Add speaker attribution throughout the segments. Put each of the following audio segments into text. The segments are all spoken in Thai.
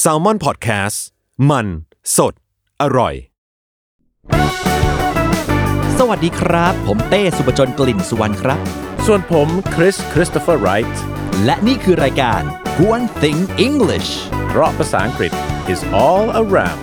Speaker 1: แซลมอนพอดแคสต์มันสดอร่อย
Speaker 2: สวัสดีครับ ผมเต้สุปจนกลิ่นสุวรรณครับ
Speaker 3: ส่วนผมคริสคริสโตเฟอร์ไรท์
Speaker 2: และนี่คือรายการ One Thing English
Speaker 3: เพราะภาษาอังกฤษ is all around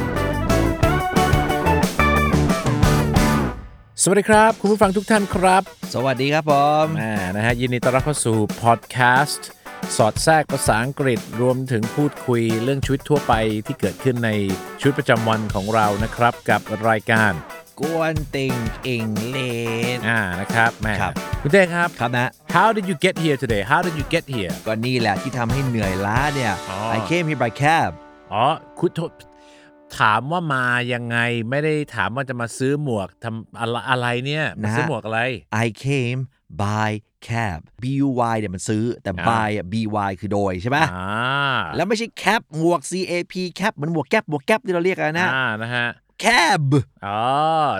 Speaker 3: สวัสดีครับ คุณผู้ฟังทุกท่านครับ
Speaker 2: สวัสดีครับผม
Speaker 3: อ่านะฮะยินดีต้อนรับเข้าสู่พอดแคสต์สอดแทรกภาษาอังกฤษรวมถึงพูดคุยเรื่องชีวิตทั่วไปที่เกิดขึ้นในชีวิตประจำวันของเรานะครับ กับรายการ
Speaker 2: กวนติง English
Speaker 3: อ่านะครับแหม่
Speaker 2: ครับ
Speaker 3: คุณเต้ครับ
Speaker 2: ครับนะ
Speaker 3: How did you get here today How did you get here
Speaker 2: ก็นี่แหละที่ทำให้เหนื่อยล้าเนี่ย
Speaker 3: อ๋อ
Speaker 2: I came here by cab
Speaker 3: อ๋อคุณโทษถามว่ามายังไงไม่ได้ถามว่าจะมาซื้อหมวกทำอะไรอะไรเนี่ยมา
Speaker 2: นะฮะ
Speaker 3: ซื้อหมวกอะไร
Speaker 2: I came by cab B U Y เนี่ยมันซื้อแต่
Speaker 3: อ่า
Speaker 2: by อะ B Y คือโดยใช่ไหม
Speaker 3: อ่า
Speaker 2: แล้วไม่ใช่แคปหมวก C A P แคปเหมันหมวกแก๊ปหมวกแก๊ปที่เราเรียกกันนะ
Speaker 3: อ่านะฮะ
Speaker 2: cab
Speaker 3: อ๋อ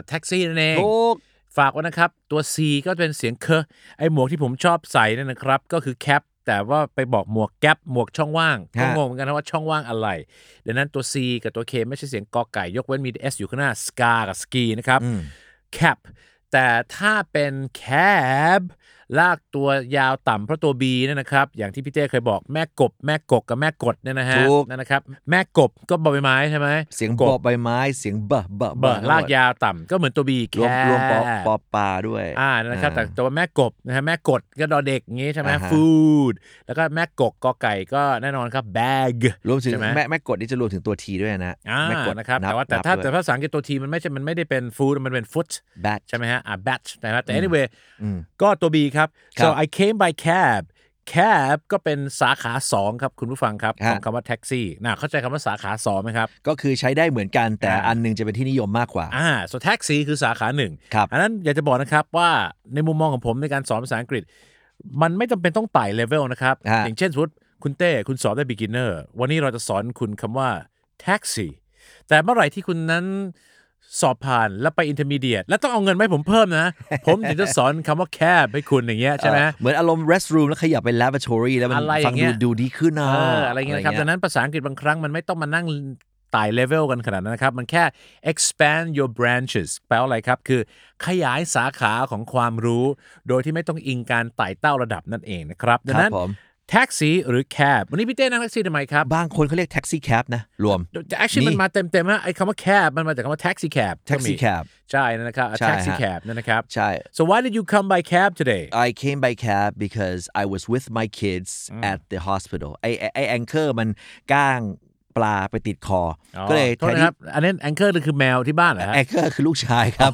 Speaker 3: แท็กซี่นั่นเอง
Speaker 2: ถูก
Speaker 3: ฝากไว้นะครับ ตัว C ก็เป็นเสียงเคอะไอหมวกที่ผมชอบใส่นั่นนะครับ ก็คือแคปแต่ว่าไปบอกหมวกแก๊ปหมวกช่องว่างก็
Speaker 2: ฮะ
Speaker 3: งงเหมือนกันนะว่าช่องว่างอะไรดังนั้นตัว C กับตัว K ไม่ใช่เสียงกอไก่ยกเว้นมี S อยู่ข้างหน้า scar กับ ski นะครับ
Speaker 2: อืม
Speaker 3: cap แต่ถ้าเป็น cab ลากตัวยาวต่ำเพราะตัว B เนี่ยนะครับ อย่างที่พี่เต้เคยบอกแม่กบ แม่กกกับแม่กดเนี่ยนะฮะ
Speaker 2: ถูก
Speaker 3: นั่นนะครับแม่กบก็บอใบไม้ใช่ไหม
Speaker 2: เสียงบอใบไม้เสียงบะบะ
Speaker 3: เบอร์ลากยาวต่ำก็เหมือนตัว B
Speaker 2: รวม
Speaker 3: cab
Speaker 2: รวมปอปอปลาด้วย
Speaker 3: อ่านะครับ แต่ตัวแม่กบนะฮะแม่กดก็ดอเด็กอย่างงี้ใช่ไหม
Speaker 2: อ่าฮะ
Speaker 3: food แล้วก็แม่กกกอไก่ก็แน่นอนครับ bag
Speaker 2: รวมถึง
Speaker 3: ใช่ไหม
Speaker 2: แม่แม่กดนี่จะรวมถึงตัวทีด้วยนะ
Speaker 3: อ่า
Speaker 2: แม่กด
Speaker 3: นะครับแต่ว่าแต่ถ้าแต่ภาษาอังกฤษตัว T มันไม่ใช่มันไม่ได้เป็น food มันเป็น foot
Speaker 2: แบท
Speaker 3: ใช่ไหมฮะอ่า batch นะฮะแต่ anyway
Speaker 2: อืม
Speaker 3: ก็ตัว B ครับ
Speaker 2: ครั
Speaker 3: so
Speaker 2: บ
Speaker 3: I came by cab cab ก็เป็นสาขาสองครับ คุณผู้ฟังครับ
Speaker 2: ฮะ
Speaker 3: ของคำว่าแท็กซี่นะเข้าใจคำว่าสาขาสองไหมครับ
Speaker 2: ก็คือใช้ได้เหมือนกันแต่
Speaker 3: อ่า
Speaker 2: อันหนึงจะเป็นที่นิยมมากกว่า
Speaker 3: อ่า so taxi คือสาขาหนึ่ง
Speaker 2: ครับ
Speaker 3: อันนั้นอยากจะบอกนะครับว่าในมุมมองของผมในการสอนภาษาอังกฤษ มันไม่จำเป็นต้องไต่เลเวลนะครับ
Speaker 2: ฮะ
Speaker 3: อย่างเช่นสมมติคุณเต้คุณสอนได้ beginner วันนี้เราจะสอนคุณคำว่า taxi แต่เมื่อไหร่ที่คุณนั้นสอบผ่านแล้วไป intermediate แล้วต้องเอาเงินมาให้ผมเพิ่มนะ ผมถึงจะสอนคำว่า cab ให้คุณอย่างเงี้ยใช่ไหม
Speaker 2: เออเหมือนอารมณ์ restroom แล้วขยับไป lavatory แล้วมัน
Speaker 3: อะไรอ
Speaker 2: ฟั
Speaker 3: ย่าง งเงี้
Speaker 2: ดู
Speaker 3: ย
Speaker 2: ดูดีขึ้นนะ
Speaker 3: เอออะไรเงี้ยนะครับดังนั้นภาษาอังกฤษบางครั้งมันไม่ต้องมานั่งไต่เลเวลกันขนาดนั้นนะครับ มันแค่ expand your branches แปลว่าอะไรครับ คือขยายสาขาของความรู้ โดยที่ไม่ต้องอิงการไต่เต้าระดับนั่นเองนะครับ ดัง
Speaker 2: ครับ
Speaker 3: นั้น
Speaker 2: ผม
Speaker 3: แท็กซี่หรือ cab วันนี้พี่เต้นั่งแท็กซี่ทำไมครับ
Speaker 2: บางคนเขาเรียก taxi cab นะ รวม
Speaker 3: แต่ actually
Speaker 2: นี่
Speaker 3: มันมาเต็มๆนะไอ้คำว่า cab มันมาจากคำว่า taxi cab ก็มี
Speaker 2: taxi cab
Speaker 3: ใช่นะครับ a
Speaker 2: ใช่ฮะ
Speaker 3: taxi cab นั่นนะครับ
Speaker 2: ใช่
Speaker 3: so why did you come by cab today
Speaker 2: I came by cab because I was with my kids at the hospital ไอไอ้ไอแองเกอร์มันก้างปลาไปติดคออ
Speaker 3: อ๋อ
Speaker 2: ก็เลย
Speaker 3: โทษ
Speaker 2: แทน
Speaker 3: นะค
Speaker 2: ที่
Speaker 3: รับอันนั้น anchor คือแมวที่บ้านเหรอฮะ
Speaker 2: แองเกอร์คือลูกชายครับ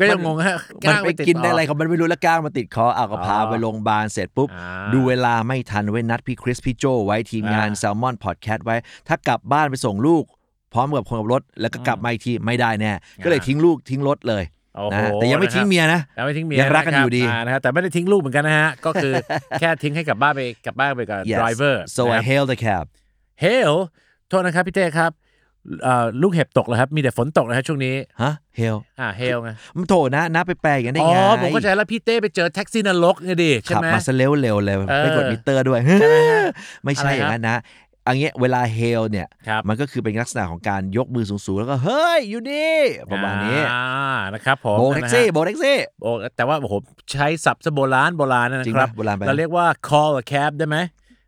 Speaker 3: ก็ยังงงฮะ
Speaker 2: มัน
Speaker 3: ก้าง
Speaker 2: ไป
Speaker 3: ติด
Speaker 2: กินอะไร
Speaker 3: ค
Speaker 2: ข
Speaker 3: รับ
Speaker 2: องมันไม่รู้แล้วก้างมาติดคอเอาก็พา
Speaker 3: อ๋อ
Speaker 2: ไปโรงพยาบาลเสร็จปุ๊บ
Speaker 3: อ่า
Speaker 2: ดูเวลาไม่ทันไว้นัดพี่คริสพี่โจไว้ทีมงาน
Speaker 3: อ่า
Speaker 2: แซลมอนพอดแคสต์ไว้ ถ้ากลับบ้านไปส่งลูก พร้อมกับคนขับรถ แล้วก็กลับมาอีกทีไม่ได้แน่ ก็เลยทิ้งลูกทิ้งรถเลย
Speaker 3: โอ้โห
Speaker 2: นะฮะแต่ยังไม่ทิ้งเมียนะ
Speaker 3: ยังไม่ทิ้งเมีย
Speaker 2: ยังรักกันะครับ อยู่ดี
Speaker 3: านะครับแต่ไม่ได้ทิ้งลูกเหมือนกันนะฮะ ก็คือ แค่ทิ้งให้กลับบ้านไปกลับบ้านไปกับ
Speaker 2: Yes.
Speaker 3: driver
Speaker 2: so
Speaker 3: นะค
Speaker 2: I
Speaker 3: รับ
Speaker 2: hail the cab
Speaker 3: hail โทษนะครับพี่เต้ครับเอ่อลูกเห็บตกแล้วครับ มีแต่ฝนตกนะฮะช่วงนี้
Speaker 2: ฮะ hail
Speaker 3: อ่า hail ไง
Speaker 2: มันโถนะนะไปแปลอย่างนั้นได้
Speaker 3: อ๋อ
Speaker 2: ไง
Speaker 3: ผมก็ใจแล้วพี่เต้ไปเจอแท็กซี่นรกไงดิใช่
Speaker 2: ขับ
Speaker 3: ไหม
Speaker 2: มาซะเร็วเร็วๆเลย
Speaker 3: เออ
Speaker 2: ไปกดมิเตอร์ด้วย
Speaker 3: ใช่ไหมฮะ
Speaker 2: ไม่ใช่
Speaker 3: อะไรครับ
Speaker 2: อย่างนั้นนะอันเนี้ยเวลา hail เนี่ย
Speaker 3: ครับ
Speaker 2: มันก็คือเป็นลักษณะของการยกมือสูงๆ แล้วก็เฮ้ย อยู่ดีประมาณนี้
Speaker 3: อ่านะครับผม
Speaker 2: โบกแท็กซี่
Speaker 3: นะฮะ
Speaker 2: โบกแท็กซี่
Speaker 3: โอ้แต่ว่าโอ้โหใช้ศัพท์ซะโบราณโบราณนะ
Speaker 2: จริง
Speaker 3: ครับ
Speaker 2: ปะโบราณไปนะ
Speaker 3: เราเรียกว่า call a cab ได้ไหม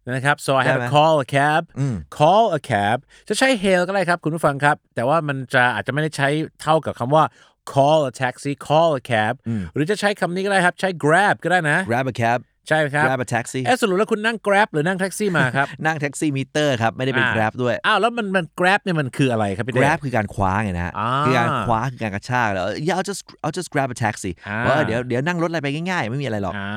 Speaker 3: นะครับ so I had
Speaker 2: ได้ไห
Speaker 3: a
Speaker 2: ม
Speaker 3: call a cab
Speaker 2: อืม
Speaker 3: call a cab จะใช้ hail ก็ได้ครับ คุณผู้ฟังครับ แต่ว่ามันจะอาจจะไม่ได้ใช้เท่ากับคำว่า call a taxi call a cab
Speaker 2: อืม
Speaker 3: หรือจะใช้คำนี้ก็ได้ครับ ใช้ grab ก็ได้นะ
Speaker 2: grab a cab
Speaker 3: ใช่ไหมครับ
Speaker 2: grab a taxi
Speaker 3: เอะสรุปแล้วคุณนั่ง grab หรือนั่งแท็กซี่มา ครับ
Speaker 2: นั่งแท็กซี่มิเตอร์ครับ ไม่ได้เป็น
Speaker 3: อ่า
Speaker 2: grab ด้วย
Speaker 3: อ้าวแล้วมันมัน grab เนี่ยมันคืออะไรครับพี่เดช
Speaker 2: grab คือการคว้าไงนะฮะ
Speaker 3: อ่า
Speaker 2: คือการคว้าคือการกระชากแล้ว yeah I'll just I'll just grab a taxi
Speaker 3: อ่า
Speaker 2: ว่าเออเดี๋ยวเดี๋ยวนั่งรถอะไรไปง่ายๆ ไม่มีอะไรหรอก
Speaker 3: อ่า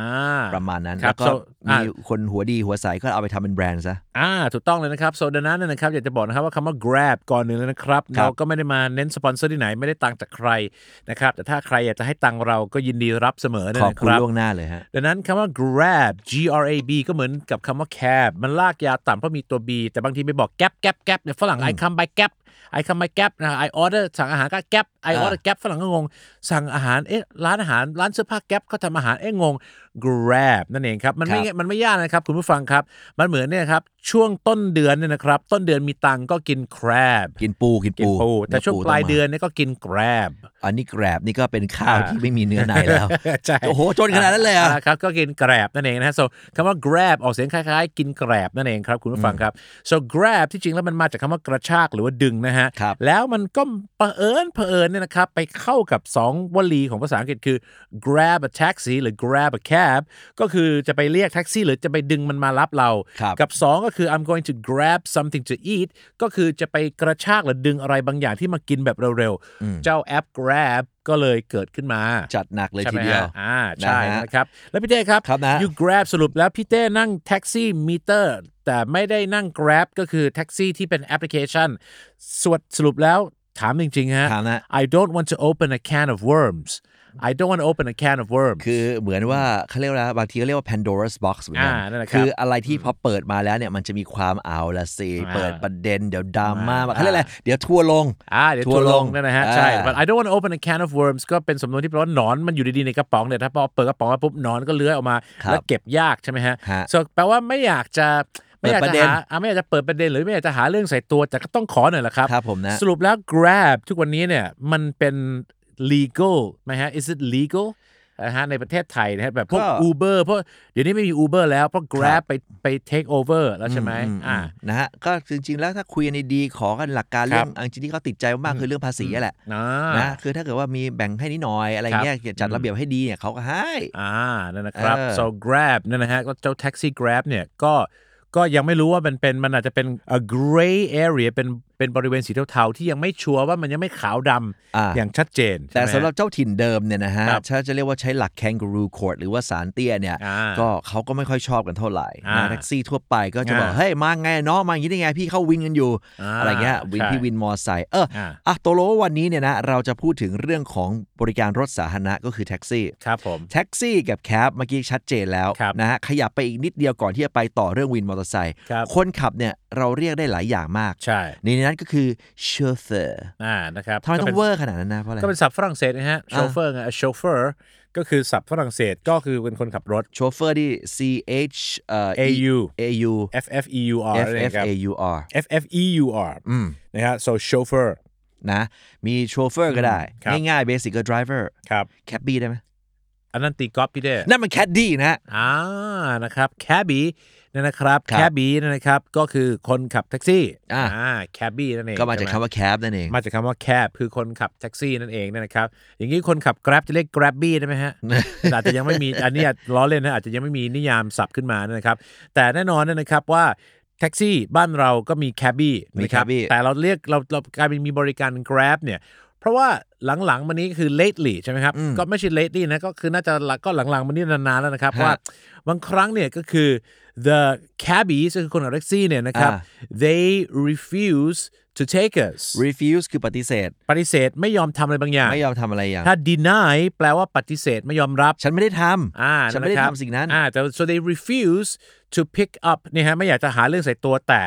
Speaker 2: ประมาณนั้น
Speaker 3: ครั
Speaker 2: แล้
Speaker 3: บ
Speaker 2: วก็
Speaker 3: so อ่ามี
Speaker 2: มีคนหัวดีหัวใสก็เอาไปทำเป็นแบรนด์ซะ
Speaker 3: อ่าถูกต้องเลยนะครับโซดานั้นนะครับ อยากจะบอกนะครับว่าคำว่า grab ก่อนหนึ่งเลยนะครับ
Speaker 2: ครับ
Speaker 3: เราก็ไม่ได้มาเน้นสปอนเซอร์ที่ไหนไม่ได้ตังค์จากใครนะครับ แต่ถ้าใครอยากจะให้ตังค์เราก็ยินดีรับเสมอเลย
Speaker 2: ขอบ
Speaker 3: นะ
Speaker 2: คุ
Speaker 3: ค
Speaker 2: ณ
Speaker 3: รับ
Speaker 2: ล่วงหน้าเลยฮะ
Speaker 3: ดังนั้นคำว่า grab G R A B ก็เหมือนกับคำว่า cab มันลากยาวต่ำเพราะมีตัว B แต่บางทีไปบอก gap gap gap เนี่ยฝรั่งไอ้คำ by gap I come my gap นะ I order สั่งอาหารก็ gap I
Speaker 2: อ่า
Speaker 3: order gap ฝรั่งก็งง สั่งอาหารเอ๊ะร้านอาหารร้านเสื้อผ้า gap เขาทำอาหารเอ๊ะงง grab นั่นเองครับ มันไม่
Speaker 2: ครับ
Speaker 3: มันไม่ยากนะครับ คุณผู้ฟังครับ มันเหมือนเนี่ยครับ ช่วงต้นเดือนเนี่ยนะครับ ต้นเดือนมีตังค์ก็กิน crab
Speaker 2: กินปูกิน
Speaker 3: กิน
Speaker 2: ปู
Speaker 3: ปูแต่ช่วง
Speaker 2: นื้
Speaker 3: ปลาย
Speaker 2: ต้ม
Speaker 3: เดือนเนี่ยก็กิน grab
Speaker 2: อันนี้แกรบนี่ก็เป็นข้าว
Speaker 3: อ่า
Speaker 2: ที่ไม่มีเนื้อใน แล้ว
Speaker 3: ใช่
Speaker 2: โอ้โหจนขนาดนั้นเลยเหรออ่
Speaker 3: าครับ ก็กินแกรบนั่นเองนะฮะ so คำว่า grab ออกเสียงคล้ายๆ กินแกรบนั่นเองครับ คุณผู้ฟังครับ so grab ที่จริงแล้วมันมาจากคำว่ากระชากหรือว่าดึงนะฮะ
Speaker 2: ครับ
Speaker 3: แล้วมันก็เผอิญเผอิญเนี่ยนะครับ ไปเข้ากับ 2 วลีของภาษาอังกฤษคือ grab a taxi หรือ grab a cab ก็คือจะไปเรียกแท็กซี่หรือจะไปดึงมันมารับเรา
Speaker 2: ครับ
Speaker 3: กับ 2 ก็คือ I'm going to grab something to eat ก็คือจะไปกระชากหรือดึงอะไรบางอย่างที่มากินแบบเร็วๆ เจ้าแอป grab ก็เลยเกิดขึ้นมา
Speaker 2: จัดหนักเลย
Speaker 3: ใช่
Speaker 2: ที
Speaker 3: ไหม
Speaker 2: เดียว
Speaker 3: ฮะอ่าใช่
Speaker 2: นะฮะ
Speaker 3: นะครับ แล้วพี่เต้ครับ
Speaker 2: ครับนะ
Speaker 3: you grab สรุปแล้วพี่เต้นั่งแท็กซี่มิเตอร์ แต่ไม่ได้นั่ง grab ก็คือแท็กซี่ที่เป็นแอปพลิเคชันสวดสรุปแล้วถามจริงๆฮะ
Speaker 2: ถามนะ
Speaker 3: I don't want to open a can of worms I don't want to open a can of worms
Speaker 2: คือเหมือนว่าเขาเรียกว่าบางทีเขาเรียกว่า Pandora's box เหมือนกั
Speaker 3: อ่านั่นแหละครับ
Speaker 2: คืออะไรที่พอเปิดมาแล้วเนี่ยมันจะมีความเอาละสิ
Speaker 3: อ่า
Speaker 2: เปิดประเด็นเดี๋ยวดราม่า
Speaker 3: อ่า
Speaker 2: เขาเรียกอะไรเดี๋ยวทัวร์ลง
Speaker 3: อ่าเดี๋ยวทัวร์ลงนั่นนะฮะ
Speaker 2: อ่า
Speaker 3: ใช่ but I don't want to open a can of worms ก็เป็นสำนวนที่แปลว่าหนอนมันอยู่ดีๆในกระป๋องเนี่ยถ้าพอเปิดกระป๋องมาปุ๊บหนอนก็เลื้อยออกมา
Speaker 2: ครับ
Speaker 3: แล้วเก็บยากใช่ไหมฮะ
Speaker 2: ฮะ
Speaker 3: so แปลว่าไม่อยากจะไม่อยาก
Speaker 2: เปิด
Speaker 3: จะ
Speaker 2: ประเด็น
Speaker 3: หาอ่าไม่อยากจะเปิดประเด็นหรือไม่อยากจะหาเรื่องใส่ตัวแต่ก็ต้องขอหน่อยละครับ
Speaker 2: ครับผมนะ
Speaker 3: สรุปแล้ว grab ทุกวันนี้เนี่ยมันเป็น legal ไหมฮะ is it legal นะฮะในประเทศไทยนะฮะแบบพวก
Speaker 2: ก็
Speaker 3: Uber พวกเดี๋ยวนี้ไม่มี Uber แล้วเพราะ Grab ไปไป take over แล้วใช่ไหม
Speaker 2: อืม
Speaker 3: อ่า
Speaker 2: อืมนะฮะก็จริง ๆ แล้วถ้าคุยกันดีๆขอกันหลักการ
Speaker 3: ครั
Speaker 2: เรื่
Speaker 3: บ
Speaker 2: องอันจริงที่เขาติดใจมากๆคือเรื่องภาษีแหละ
Speaker 3: อ่า
Speaker 2: นะคือถ้าเกิดว่ามีแบ่งให้นิดหน่อยอะไรเงี้ยจัดระเบียบให้ดีเนี่ยเขาก็ให้
Speaker 3: อ่านั่นนะครับ
Speaker 2: เออ
Speaker 3: so grab นั่นนะฮะก็เจ้าแท็กซี่ grab เนี่ยก็ก็ยังไม่รู้ว่ามันเป็นมันอาจจะเป็น a gray area เป็นเป็นบริเวณสีเทาๆ ที่ยังไม่ชัวร์ว่ามันยังไม่ขาวด
Speaker 2: อ่า
Speaker 3: ำอย่างชัดเจน
Speaker 2: แต่
Speaker 3: ใช่ไม
Speaker 2: สำหรับเจ้าถิ่นเดิมเนี่ยนะฮะ
Speaker 3: ครับ
Speaker 2: ถ้าจะเรียกว่าใช้หลัก kangaroo court หรือว่าสารเตี้ยเนี่ย
Speaker 3: อ่า
Speaker 2: ก็เขาก็ไม่ค่อยชอบกันเท่าไหร่
Speaker 3: อ่า
Speaker 2: นะแท็กซี่ทั่วไปก็จะบอก
Speaker 3: อ่า
Speaker 2: เฮ้ยมาไงเนาะมาอย่างนี้ได้ไงพี่เข้าวินกันอยู่
Speaker 3: อ่า
Speaker 2: อะไรเงี้ยวิน
Speaker 3: ใช่
Speaker 2: พี่วินมอไซค์เอออา อ่ะตัวโลวันนี้เนี่ยนะเราจะพูดถึงเรื่องของบริการรถสาธารณะก็คือแท็กซี่
Speaker 3: ครับผม
Speaker 2: แท็กซี่กับแคบเมื่อกี้ชัดเจนแล้ว
Speaker 3: ครับ
Speaker 2: นะฮะขยับไปอีกนิดเดียวก่อนที่จะไปต่อเรื่องวินมอเตอร์ไซค์
Speaker 3: ครับ
Speaker 2: คนขับเนี่ยเราเรียกได้หลายอย่างมาก
Speaker 3: ใช่
Speaker 2: ในนั้นก็คือเชฟเฟอร์
Speaker 3: อ่านะครับ
Speaker 2: ทำไม
Speaker 3: ก็
Speaker 2: ต้อ
Speaker 3: ป็น
Speaker 2: งเวอร์ขนาดนั้นนะเพราะอะไร
Speaker 3: ก็เป็นศัพท์ฝรั่งเศสนะฮะโชเฟอร์ไงโชเฟอร์ก็คือศัพท์ฝรั่งเศสก็คือเป็นคนขับรถ
Speaker 2: โชเฟอร์ที่ C H เอ่อ E-
Speaker 3: AU
Speaker 2: A U
Speaker 3: F F E U R
Speaker 2: F
Speaker 3: นั่นเอง
Speaker 2: F
Speaker 3: ครับ
Speaker 2: A U R
Speaker 3: F F E U R นะฮะ so chauffeur
Speaker 2: นะมีโชเฟอร์ก็ได้
Speaker 3: ครับ
Speaker 2: ง่ายๆเบสิกก็ driver
Speaker 3: ครับ
Speaker 2: แคบบี้ได้ไหม
Speaker 3: อันนั้นตีกอล์ฟพี่เด้
Speaker 2: นั่นมันแคดดี้นะ
Speaker 3: อ่า นะครับ แคบบี้เนี่ยนะครับ
Speaker 2: ครั
Speaker 3: แค
Speaker 2: บบ
Speaker 3: บี้เนยนะครับ ก็คือคนขับแท็กซี่
Speaker 2: อ่า
Speaker 3: แคบบี้นั่นเอง
Speaker 2: ก็มาจาก
Speaker 3: ใช่
Speaker 2: คำ
Speaker 3: ไห
Speaker 2: ว่าแคบนั่นเอง
Speaker 3: มาจากคำว่าแคบคือคนขับแท็กซี่นั่นเองเนี่ยนะครับ อย่างนี้คนขับ Grab จะเรียก Grab บี้ได้ไหมฮะ อาจจะยังไม่มี อันนี้อาจล้อเล่นนะอาจจะยังไม่มีนิยามศัพท์ขึ้นมานะครับ แต่แน่นอนนะครับว่าแท็กซี่บ้านเราก็มีแคบบี้
Speaker 2: มี
Speaker 3: นะครับ
Speaker 2: cabbie
Speaker 3: แต่เราเรียกเราเรากลายเป็นมีบริการ Grab เนี่ย เพราะว่าหลังๆมานี้คือ lately ใช่ไหมครับ
Speaker 2: อืม
Speaker 3: ก็ไม่ใช่ lately นะ ก็คือน่าจะหลังก็หลังๆมานี้นานๆแล้วนะครับ
Speaker 2: ฮะ
Speaker 3: ว่าบางครั้งเนี่ยก็คือ the cabbies ก็คือคนขับแท็กซี่เนี่ยนะครับ
Speaker 2: อ่า
Speaker 3: they refuse to take us
Speaker 2: refuse คือปฏิเสธ
Speaker 3: ปฏิเสธไม่ยอมทำอะไรบางอย่าง
Speaker 2: ไม่ยอมทำอะไรอย่าง
Speaker 3: ถ้า deny แปลว่าปฏิเสธไม่ยอมรับ
Speaker 2: ฉันไม่ได้ท
Speaker 3: อ่า
Speaker 2: ำฉันไม่ได้
Speaker 3: ะครับ
Speaker 2: ทำสิ่งนั้น
Speaker 3: อ่าแต่ so they refuse to pick up เนี่ยฮะไม่อยากจะหาเรื่องใส่ตัวแต่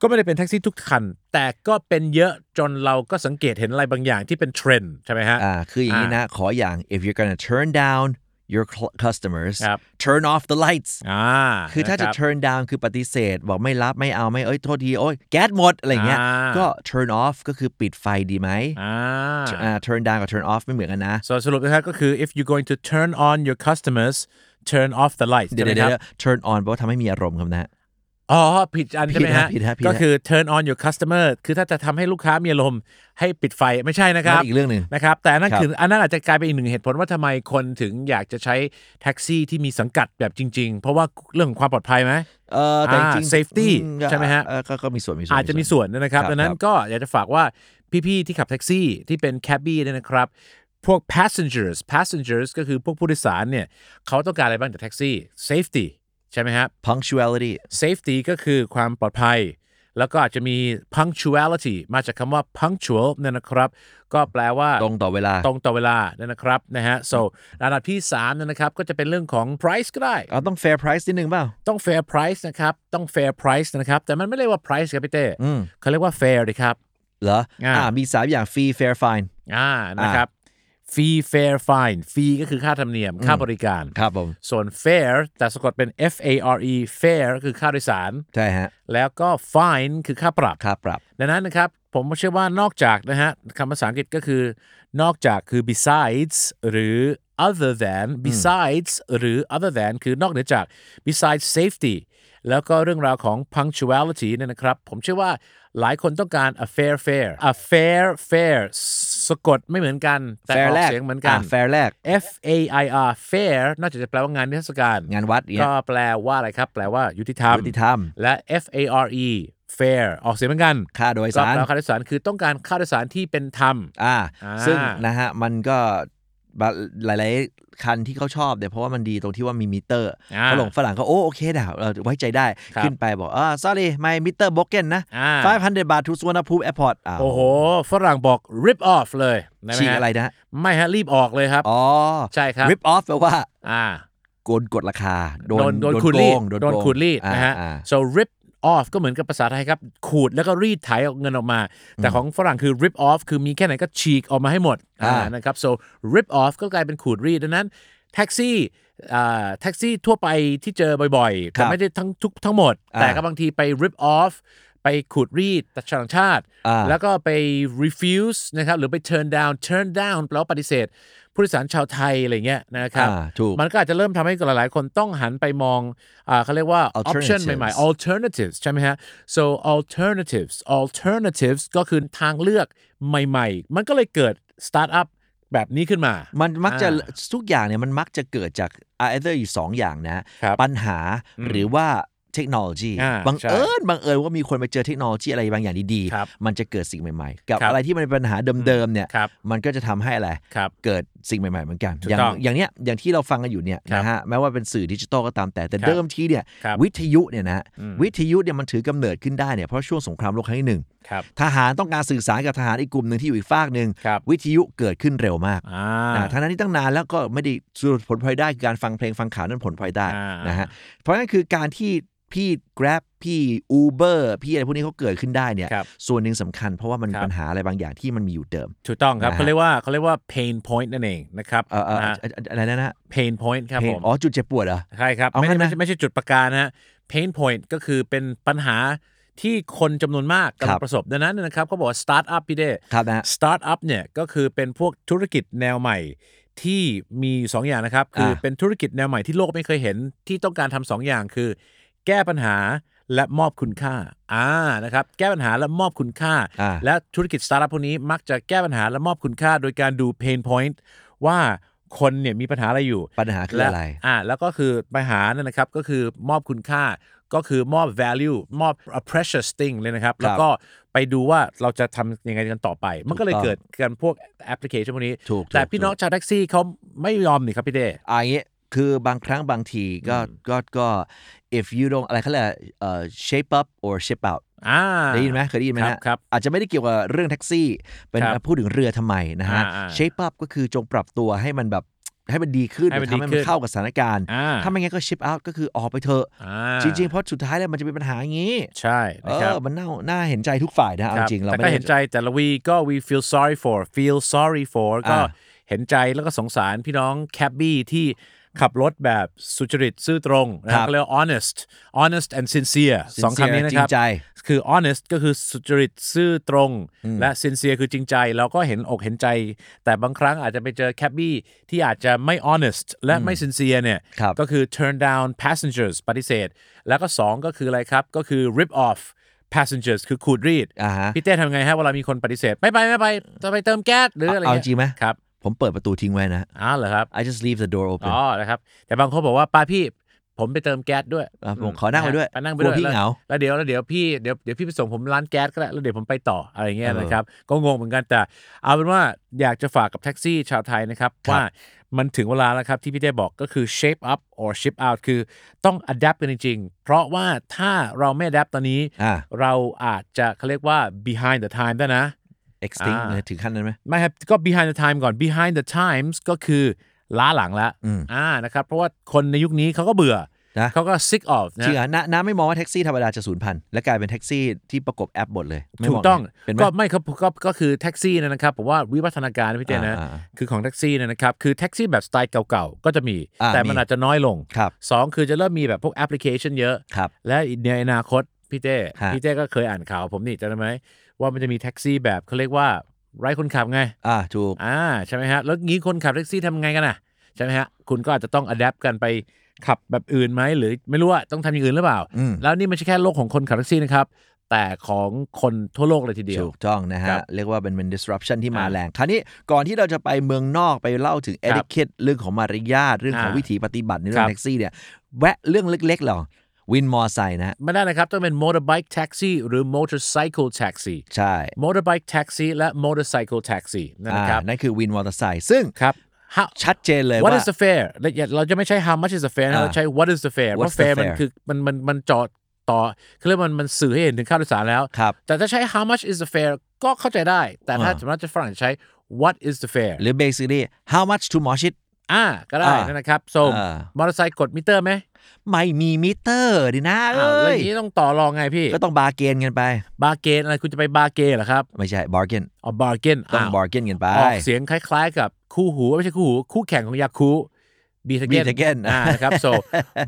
Speaker 3: ก็ไม่ได้เป็นแท็กซี่ทุกคัน แต่ก็เป็นเยอะจนเราก็สังเกตเห็นอะไรบางอย่างที่เป็นเทรนด์ใช่ไหมฮะ
Speaker 2: อ่าคืออย่างนี้
Speaker 3: อ่า
Speaker 2: นะ ขออย่าง if you're gonna turn down your cl- customers
Speaker 3: ครับ
Speaker 2: turn off the lights
Speaker 3: อ่า
Speaker 2: คือถ้าจะ
Speaker 3: นรับ
Speaker 2: turn down คือปฏิเสธ บอกไม่รับไม่เอาไม่เอ้ยโทษทีโอ้ยแก๊สหมดอะไรอย่างเงี้ย
Speaker 3: อ่า
Speaker 2: ก็ turn off ก็คือปิดไฟดีไหม
Speaker 3: อ่า
Speaker 2: อ่า turn down กับ turn off ไม่เหมือนกันนะ
Speaker 3: so สรุปนะครับก็คือ if you're going to turn on your customers turn off the lights
Speaker 2: เดี๋ยว
Speaker 3: ใช่
Speaker 2: เดี๋ย
Speaker 3: ไห
Speaker 2: ว
Speaker 3: มครับ
Speaker 2: เดี๋ยว turn on เพราะว่าทำให้มีอารมณ์ครับนะ
Speaker 3: อ๋อ ผิดอันใช่ไหมฮะ
Speaker 2: ผิดฮะผิดฮะผิดฮะ
Speaker 3: ก็คือ turn on your customer คือถ้าจะทำให้ลูกค้ามีอารมณ์ให้ปิดไฟไม่ใช่นะค
Speaker 2: นั่
Speaker 3: รั
Speaker 2: น
Speaker 3: บ
Speaker 2: อีกเรื่องหนึ่ง
Speaker 3: นะครับ แต่อันนั่น
Speaker 2: ครับ
Speaker 3: คืออันนั้นอาจจะกลายเป็นอีกหนึ่งเหตุผลว่าทำไมคนถึงอยากจะใช้แท็กซี่ที่มีสังกัดแบบจริง ๆ เพราะว่าเรื่องของความปลอดภัยไหม
Speaker 2: เอ่อแต่จริง
Speaker 3: อ่า
Speaker 2: ๆ
Speaker 3: safety
Speaker 2: อื
Speaker 3: ใช่ไหมฮะ
Speaker 2: เอ่อก็ก็มีส่วนมีส่วน
Speaker 3: อาจจะมีส่วนนะครับ
Speaker 2: ครับ
Speaker 3: ดังนั้นก็อยากจะฝากว่าพี่ๆที่ขับแท็กซี่ที่เป็นแคบบี้เนี่ยนะครับ พวก passengers passengers ก็คือพวกผู้โดยสารเนี่ยเขาต้องการอะไรบ้างจากแท็กซี่ safety ใช่ไหมครับ
Speaker 2: punctuality
Speaker 3: safety ก็คือความปลอดภัย แล้วก็อาจจะมี punctuality มาจากคำว่า punctual เนี่ยนะครับ ก็แปลว่า
Speaker 2: ตรงต่อเวลา
Speaker 3: ตรงต่อเวลาเนี่ยนะครับนะฮะ so อันดับที่3เนี่ยนะครับก็จะเป็นเรื่องของ price ก็ได้
Speaker 2: เอาต้อง fair price นิดนึงเปล่า
Speaker 3: ต้อง fair price นะครับ ต้อง fair price นะครับ แต่มันไม่เรียกว่า price ครับพี่เต้เขาเรียกว่า fair เลยครับ
Speaker 2: เหรอ
Speaker 3: อ่า
Speaker 2: อ่ามีสามอย่าง fee fair fine
Speaker 3: อ่านะครับฟรีเฟร์ฟายฟรีก็คือค่าธรรมเนียมค่าบริการ
Speaker 2: ครับผม
Speaker 3: ส่วน fair แต่สะกดเป็น F A R E fair ก็คือค่าโดยสาร
Speaker 2: ใช่ฮะ
Speaker 3: แล้วก็ fine คือค่าปรับ
Speaker 2: ค่าปรับ
Speaker 3: ดังนั้นนะครับ ผมเชื่อว่านอกจากนะฮะคำภาษาอังกฤษก็คือ นอกจากคือ besides หรือ other than besides หรือ other than คือนอกเหนือจาก besides safety แล้วก็เรื่องราวของ punctuality เนี่ยนะครับ ผมเชื่อว่าหลายคนต้องการ a fair fair a fair fair สะกดไม่เหมือนกัน แต่อ
Speaker 2: fair
Speaker 3: อก
Speaker 2: แรก
Speaker 3: เสียงเหมือนกัน
Speaker 2: แฟร์แรก
Speaker 3: F A I R fair นอกจากจะแปลว่างานนิทรรศการ
Speaker 2: งานวัดเนี่ย
Speaker 3: ก็แปลว่าอะไรครับ แปลว่ายุติธรรม
Speaker 2: ยุติธรรม
Speaker 3: และ F A R E fair ออกเสียงเหมือนกัน
Speaker 2: ค่าโดย
Speaker 3: ก็
Speaker 2: สาร
Speaker 3: แปลว่าค่าโดยสารคือต้องการค่าโดยสารที่เป็นธรรม
Speaker 2: อ่า
Speaker 3: อ่า
Speaker 2: ซึ่งนะฮะ มันก็บะหลายๆ คันที่เขาชอบเนี่ยเพราะว่ามันดีตรงที่ว่ามีมิเตอร์
Speaker 3: อ่า
Speaker 2: ฝรั่งฝรั่งก็โอ้โอเคดาวเราไว้ใจได้
Speaker 3: ครับ
Speaker 2: ขึ้นไปบอกอ่า sorry my meter broken นะ
Speaker 3: อ่า
Speaker 2: 500 บาททุสวนภูมิแอร์พอร์ตอ้าว
Speaker 3: โอ้โห ฝรั่งบอก rip off เลยด้หม
Speaker 2: ฉีก
Speaker 3: ฮ
Speaker 2: อะไรนะ
Speaker 3: ไม่ฮะ รีบออกเลยครับ
Speaker 2: อ๋อ
Speaker 3: ใช่ครับ
Speaker 2: rip off แปลว่า
Speaker 3: อ่า
Speaker 2: โกนกดราคา โด
Speaker 3: โด
Speaker 2: น
Speaker 3: นโดนขูดรีด
Speaker 2: โกง
Speaker 3: โดนขูดรีด
Speaker 2: อ่า
Speaker 3: นะฮะ
Speaker 2: อ่า
Speaker 3: so rip off ก็เหมือนกับภาษาไทยครับ ขูดแล้วก็รีดไถเอาเงินออกมา แต่ของฝรั่งคือ rip off คือมีแค่ไหนก็ฉีกออกมาให้หมด
Speaker 2: อ่า
Speaker 3: อ่านะครับ so rip off ก็กลายเป็นขูดรีดดังนั้นแท็กซี่อ่าแท็กซี่ทั่วไปที่เจอบ่อยๆแต่ไม่ได้ทั้งทุกทั้งหมด แต่ก็บางทีไป rip off ไปขูดรีดต่างชาติ
Speaker 2: อ่า
Speaker 3: แล้วก็ไป refuse นะครับหรือไป turn down turn down แปลว่าปฏิเสธ ผู้โดยสารชาวไทยอะไรเงี้ยนะครับ
Speaker 2: อ่าถูก
Speaker 3: มันก็อาจจะเริ่มทำให้หลายๆ คนต้องหันไปมองอ่าเขาเรียกว่า option
Speaker 2: Alternatives
Speaker 3: ใหม่ๆ alternatives ใช่ไหมฮะ so alternatives alternatives ก็คือทางเลือกใหม่ๆ มันก็เลยเกิด startup แบบนี้ขึ้นมา
Speaker 2: มันมักจะ
Speaker 3: อ่
Speaker 2: ทุกอย่างเนี่ยมันมักจะเกิดจาก either อยู่ 2 อย่างนะ
Speaker 3: ครับ
Speaker 2: ปัญหา
Speaker 3: อืม
Speaker 2: หรือว่าเทคโนโลยี
Speaker 3: อ่า
Speaker 2: บัง
Speaker 3: ใช่
Speaker 2: เอิญบังเอิญว่ามีคนไปเจอเทคโนโลยีอะไรบางอย่างดี
Speaker 3: ครับ
Speaker 2: มันจะเกิดสิ่งใหม่ๆ กับ
Speaker 3: ครับ
Speaker 2: อะไรที่มันเป็นปัญหาเดิมๆเนี่ย
Speaker 3: ครับ
Speaker 2: มันก็จะทำให้อะไร
Speaker 3: ครับ
Speaker 2: เกิดสิ่งใหม่ๆเหมือนกัน
Speaker 3: ถูก
Speaker 2: อย่าง
Speaker 3: ต้อง
Speaker 2: อย่างเนี้ยอย่างที่เราฟังกันอยู่เนี่ย
Speaker 3: ครับ
Speaker 2: นะฮะแม้ว่าเป็นสื่อดิจิตอลก็ตามแต่แต่
Speaker 3: ครับ
Speaker 2: เดิมทีเนี่ย
Speaker 3: ครับ
Speaker 2: วิทยุเนี่ยนะฮะ
Speaker 3: อืม
Speaker 2: วิทยุเนี่ยมันถือกำเนิดขึ้นได้เนี่ยเพราะช่วงสงครามโลกครั้งที่หนึ่ง
Speaker 3: ครับ
Speaker 2: ทหารต้องการสื่อสารกับทหารอีกกลุ่มหนึ่งที่อยู่อีกฝากหนึ่ง
Speaker 3: ครับ
Speaker 2: วิทยุเกิดขึ้นเร็วมาก
Speaker 3: อ่า
Speaker 2: อ่าทั้งนั้นที่ตั้งนานแล้วก็ไม่ได้สรุปผลพลอยได้คือการฟังเพลงฟังข่าวนั้นผลพลอยได้
Speaker 3: อ่าน
Speaker 2: นะฮะเพราะงั้นคือการที่พี่ Grab พี่ Uber พี่อะไรพวกนี้เขาเกิดขึ้นได้เนี่ย
Speaker 3: ครับ
Speaker 2: ส่วนหนึ่งสำคัญเพราะว่ามันมี
Speaker 3: ครับ
Speaker 2: ปัญหาอะไรบางอย่างที่มันมีอยู่เดิม
Speaker 3: ถูกต้องครับ
Speaker 2: นะฮะ
Speaker 3: เขาเรียกว่าเขาเรียกว่า pain point นั่นเองนะครับ
Speaker 2: เอ่อเอ่อ
Speaker 3: นะฮะ
Speaker 2: อะไรนะนะ
Speaker 3: pain point ครับ
Speaker 2: เพล
Speaker 3: ผ
Speaker 2: ง
Speaker 3: ม
Speaker 2: อ๋อจุดเจ็บปวดเหรอ
Speaker 3: ใช่ครับ
Speaker 2: เอา
Speaker 3: ไม่
Speaker 2: งั้
Speaker 3: ใช่ไม่
Speaker 2: นนะ
Speaker 3: ใช่ไม่ใช่จุดประการนะฮะ pain point ก็คือเป็นปัญหาที่คนจำนวนมากกำ
Speaker 2: ครั
Speaker 3: ลั
Speaker 2: บ
Speaker 3: งประสบดังนั้นนะครับเขาบอกว่า start up พี่เด้
Speaker 2: ครับนะ
Speaker 3: start up เนี่ยก็คือเป็นพวกธุรกิจแนวใหม่ที่มีสองอย่างนะครับ คือเป็นธุรกิจแนวใหม่ที่โลกไม่เคยเห็นที่ต้องการทำสองอย่างคือ แก้ปัญหาและมอบคุณค่าอ่านะครับแก้ปัญหาและมอบคุณค่า
Speaker 2: อ่า
Speaker 3: และธุรกิจสตาร์ทอัพพวกนี้มักจะแก้ปัญหาและมอบคุณค่า โดยการดู pain point ว่าคนเนี่ยมีปัญหาอะไรอยู่
Speaker 2: ปัญหาคือ
Speaker 3: และ
Speaker 2: อะไร
Speaker 3: อ่า แล้วก็คือปัญหานั่นนะครับ ก็คือมอบคุณค่า ก็คือมอบ value มอบ a precious thing เลยนะครับ แล้วก็ไปดูว่าเราจะทำยังไงกันต่อไป มันก็เลย
Speaker 2: ถูกต้อง
Speaker 3: เกิดกันพวกแอปพลิเคชันพวกนี้
Speaker 2: ถูก
Speaker 3: แต่
Speaker 2: ถูก
Speaker 3: พี่
Speaker 2: ถูก
Speaker 3: น้องชาวแท็กซี่เขาไม่ยอมนี่ครับพี่เด้
Speaker 2: อ่าอย่างเงี้ยคือบางครั้งบางทีก็ก็ก็ if you don't อะไรเขาเรียกอะไรเอ่อ shape up or shape out
Speaker 3: อ่า
Speaker 2: ได้ยินไหมเคยได้ยินไหม
Speaker 3: ครับ
Speaker 2: ฮะ
Speaker 3: ครับ
Speaker 2: อาจจะไม่ได้เกี่ยวกับเรื่องแท็กซี่ เป็น
Speaker 3: ครับ
Speaker 2: พูดถึงเรือทำไมนะฮะ
Speaker 3: อ่าอ่า
Speaker 2: เชฟ e ั p ก็คือจงปรับตัวให้มันแบบให้มันดีขึ้น
Speaker 3: ให้มัน
Speaker 2: หรือทำ
Speaker 3: ดี
Speaker 2: ให้
Speaker 3: ขึ้
Speaker 2: มัน
Speaker 3: น
Speaker 2: เข้ากับสถานการณ์
Speaker 3: อ่า
Speaker 2: ถ้าไม่งั้นก็ชิปเอาท์ก็คือออกไปเถอะ
Speaker 3: อ่า
Speaker 2: จริง ๆ เพราะสุดท้ายแล้วมันจะเป็นปัญหาอย่างนี้
Speaker 3: ใช่
Speaker 2: เอ
Speaker 3: นะครับ
Speaker 2: อ มันน่าน่าเห็นใจทุกฝ่ายนะเอา
Speaker 3: ครับ
Speaker 2: จริงๆเรา
Speaker 3: แต่ก็
Speaker 2: ไม่ได้
Speaker 3: เห็นใจแต่ละวีก็ we feel sorry for feel sorry for ก็
Speaker 2: อ่า
Speaker 3: เห็นใจแล้วก็สงสารพี่น้องแคบบี้ที่ขับรถแบบสุจริตซื่อตรงนะค
Speaker 2: ครั
Speaker 3: รับบ เขาเรียกว่า honest honest and sincere สองคำนี้นะ
Speaker 2: จริ
Speaker 3: ครับ
Speaker 2: งใจ
Speaker 3: คือ honest ก็คือสุจริตซื่อตรง และ sincere คือจริงใจ เราก็เห็นอกเห็นใจ แต่บางครั้งอาจจะไปเจอแคบบี้ที่อาจจะไม่ honest และไม่ sincere เนี่ย
Speaker 2: ครับ
Speaker 3: ก็คือ turn down passengers ปฏิเสธ แล้วก็ 2 ก็คืออะไรครับ ก็คือ rip off passengers คือขูดรีด
Speaker 2: อ่าฮะ
Speaker 3: พี่เต้ทำไงฮะเวลามีคนปฏิเสธ ไม่ไป ไม่ไปจะไปเติมแก๊สหรืออะไร
Speaker 2: เอาจ
Speaker 3: เงี้ย
Speaker 2: ริงไหม
Speaker 3: ครับ
Speaker 2: ผมเปิดประตูทิ้งไว้นะ
Speaker 3: อ้าวเหรอครับ
Speaker 2: I just leave the door open
Speaker 3: อ๋อนะครับ แต่บางคนบอกว่าป้าพี่ผมไปเติมแก๊สด้วย
Speaker 2: อ่ะผมขอนั่งไปด้วย
Speaker 3: ะฮะนั่งไป
Speaker 2: กลั
Speaker 3: ด้
Speaker 2: ว
Speaker 3: วย
Speaker 2: พี่เหงา
Speaker 3: แล้วเดี๋ยวแล้วเดี๋ยวพี่เดี๋ยวเดี๋ยวพี่ไปส่งผมร้านแก๊สก็ได้แล้วเดี๋ยวผมไปต่ออะไรเงี้ย
Speaker 2: เออ
Speaker 3: นะครับ ก็งงเหมือนกันแต่เอาเป็นว่าอยากจะฝากกับแท็กซี่ชาวไทยนะครับ
Speaker 2: ครับ
Speaker 3: ว่ามันถึงเวลาแล้วครับที่พี่ได้บอกก็คือ shape up or ship out คือต้อง adapt กันจริงๆ เพราะว่าถ้าเราไม่ adapt ตอนนี้
Speaker 2: อ่า
Speaker 3: เราอาจจะเขาเรียกว่า behind the time ได้นะ
Speaker 2: extinct
Speaker 3: อ่า
Speaker 2: เลยถึงขั้นนั้นไหม
Speaker 3: ไม่ครับก็ behind the time ก่อน behind the times ก็คือล้าหลังละ
Speaker 2: อืม
Speaker 3: อ่านะครับ เพราะว่าคนในยุคนี้เขาก็เบื่อ
Speaker 2: นะ
Speaker 3: เขาก็ sick off นะ
Speaker 2: เชื่อน้าน้าไม่มองว่าแท็กซี่ธรรมดาจะสูญพันธุ์และกลายเป็นแท็กซี่ที่ประกบแอปหมดเลยไม่
Speaker 3: ถู
Speaker 2: ม
Speaker 3: กต้อง
Speaker 2: ไหมเป็นไหม
Speaker 3: ก็ไม่ครับก็ก็คือแท็กซี่เนยนะครับผมว่าวิวัฒนาการนะพี่เจนนะ
Speaker 2: อ่าอ่า
Speaker 3: คือของแท็กซี่เนยนะครับ คือแท็กซี่แบบสไตล์เก่าๆ ก็จะมี
Speaker 2: อ่า
Speaker 3: แต่มัน
Speaker 2: มี
Speaker 3: อาจจะน้อยลง
Speaker 2: ครับ
Speaker 3: สองคือจะเริ่มมีแบบพวกแอปพลิเคชันเยอะ
Speaker 2: ครับ
Speaker 3: และในอนาคตพี่เต้
Speaker 2: ฮะ
Speaker 3: พี่เต้ก็เคยอ่านข่าวผมนี่จำได้ไหมว่ามันจะมีแท็กซี่แบบเขาเรียกว่าไร้คนขับไง
Speaker 2: อ่าถูก
Speaker 3: อ่าใช่ไหมฮะ แล้วงี้คนขับแท็กซี่ทำไงกันอ่ะใช่ไหมฮะ คุณก็อาจจะต้องอัดแอปกันไปขับแบบอื่นไหมหรือไม่รู้ว่าต้องทำอย่างอื่นหรือเปล่า
Speaker 2: อืม
Speaker 3: แล้วนี่ไม่ใช่แค่โลกของคนขับแท็กซี่นะครับ แต่ของคนทั่วโลกเลยทีเดียว
Speaker 2: ถูกต้องนะ
Speaker 3: ครั
Speaker 2: ฮะ
Speaker 3: บ
Speaker 2: เรียกว่าเป็นเป็น disruption ที่มา
Speaker 3: อ่า
Speaker 2: แรง คราวนี้ก่อนที่เราจะไปเมืองนอกไปเล่าถึง
Speaker 3: ครับ
Speaker 2: etiquette เรื่องของมารยาทเรื่องของ
Speaker 3: อ่า
Speaker 2: วิถีปฏิบัติใน
Speaker 3: ค
Speaker 2: เรื่อ
Speaker 3: รั
Speaker 2: ง
Speaker 3: บ
Speaker 2: แท็กซี่เนี่ยแวะเรื่องเล็กๆหรอวินมอไซค์นะฮะ
Speaker 3: ไม่ได้นะครับ ต้องเป็น motorbike taxi หรือ motorcycle taxi
Speaker 2: ใช่
Speaker 3: motorbike taxi และ motorcycle taxi นั่น
Speaker 2: อ่า
Speaker 3: นะครับ
Speaker 2: นั่นคือวินมอเตอร์ไซค์ซึ่ง
Speaker 3: ครับ How-
Speaker 2: ชัดเจนเลยว่า
Speaker 3: What is the fare และอย่าเราจะไม่ใช้ how much is the fare นะ
Speaker 2: อ่า
Speaker 3: เราใช้ what is the fare เพ
Speaker 2: What's
Speaker 3: ราะ
Speaker 2: the
Speaker 3: fare มัน
Speaker 2: fare
Speaker 3: คือมันมันมันจอดต่อคือเรียกมันมันสื่อให้เห็นถึงค่าโดยสารแล้ว
Speaker 2: ครับ
Speaker 3: แต่ถ้าใช้ how much is the fare ก็เข้าใจได้ แต่ถ้า
Speaker 2: อ่า
Speaker 3: สมมติว่าจะฝรั่งใช้ what is the fare
Speaker 2: หรือ basically how much to mosh it
Speaker 3: อ่าก็ได้
Speaker 2: อ่าน
Speaker 3: นะครับ ส่ง
Speaker 2: อ่า
Speaker 3: มอเตอร์ไซค์กดมิเตอร์ไหม
Speaker 2: ไม่มีมิเตอร์ดินะ
Speaker 3: อ้าวแล้ว
Speaker 2: เอ้
Speaker 3: อย ย่างนี้ต้องต่อรองไงพี่
Speaker 2: ก็ต้องบาร์เกนกันไป
Speaker 3: บาร์เกนอะไรคุณจะไปบาร์เกนเหรอครับ
Speaker 2: ไม่ใช่บาร์เกน
Speaker 3: อ๋อบาร์เกน
Speaker 2: ต้องบาร์เกนกันไป
Speaker 3: ออกเสียงคล้ายๆ กับคู่หู ไม่ใช่คู่หู คู่แข่งของยาคูบีท
Speaker 2: Beat again
Speaker 3: อ่านะครับ so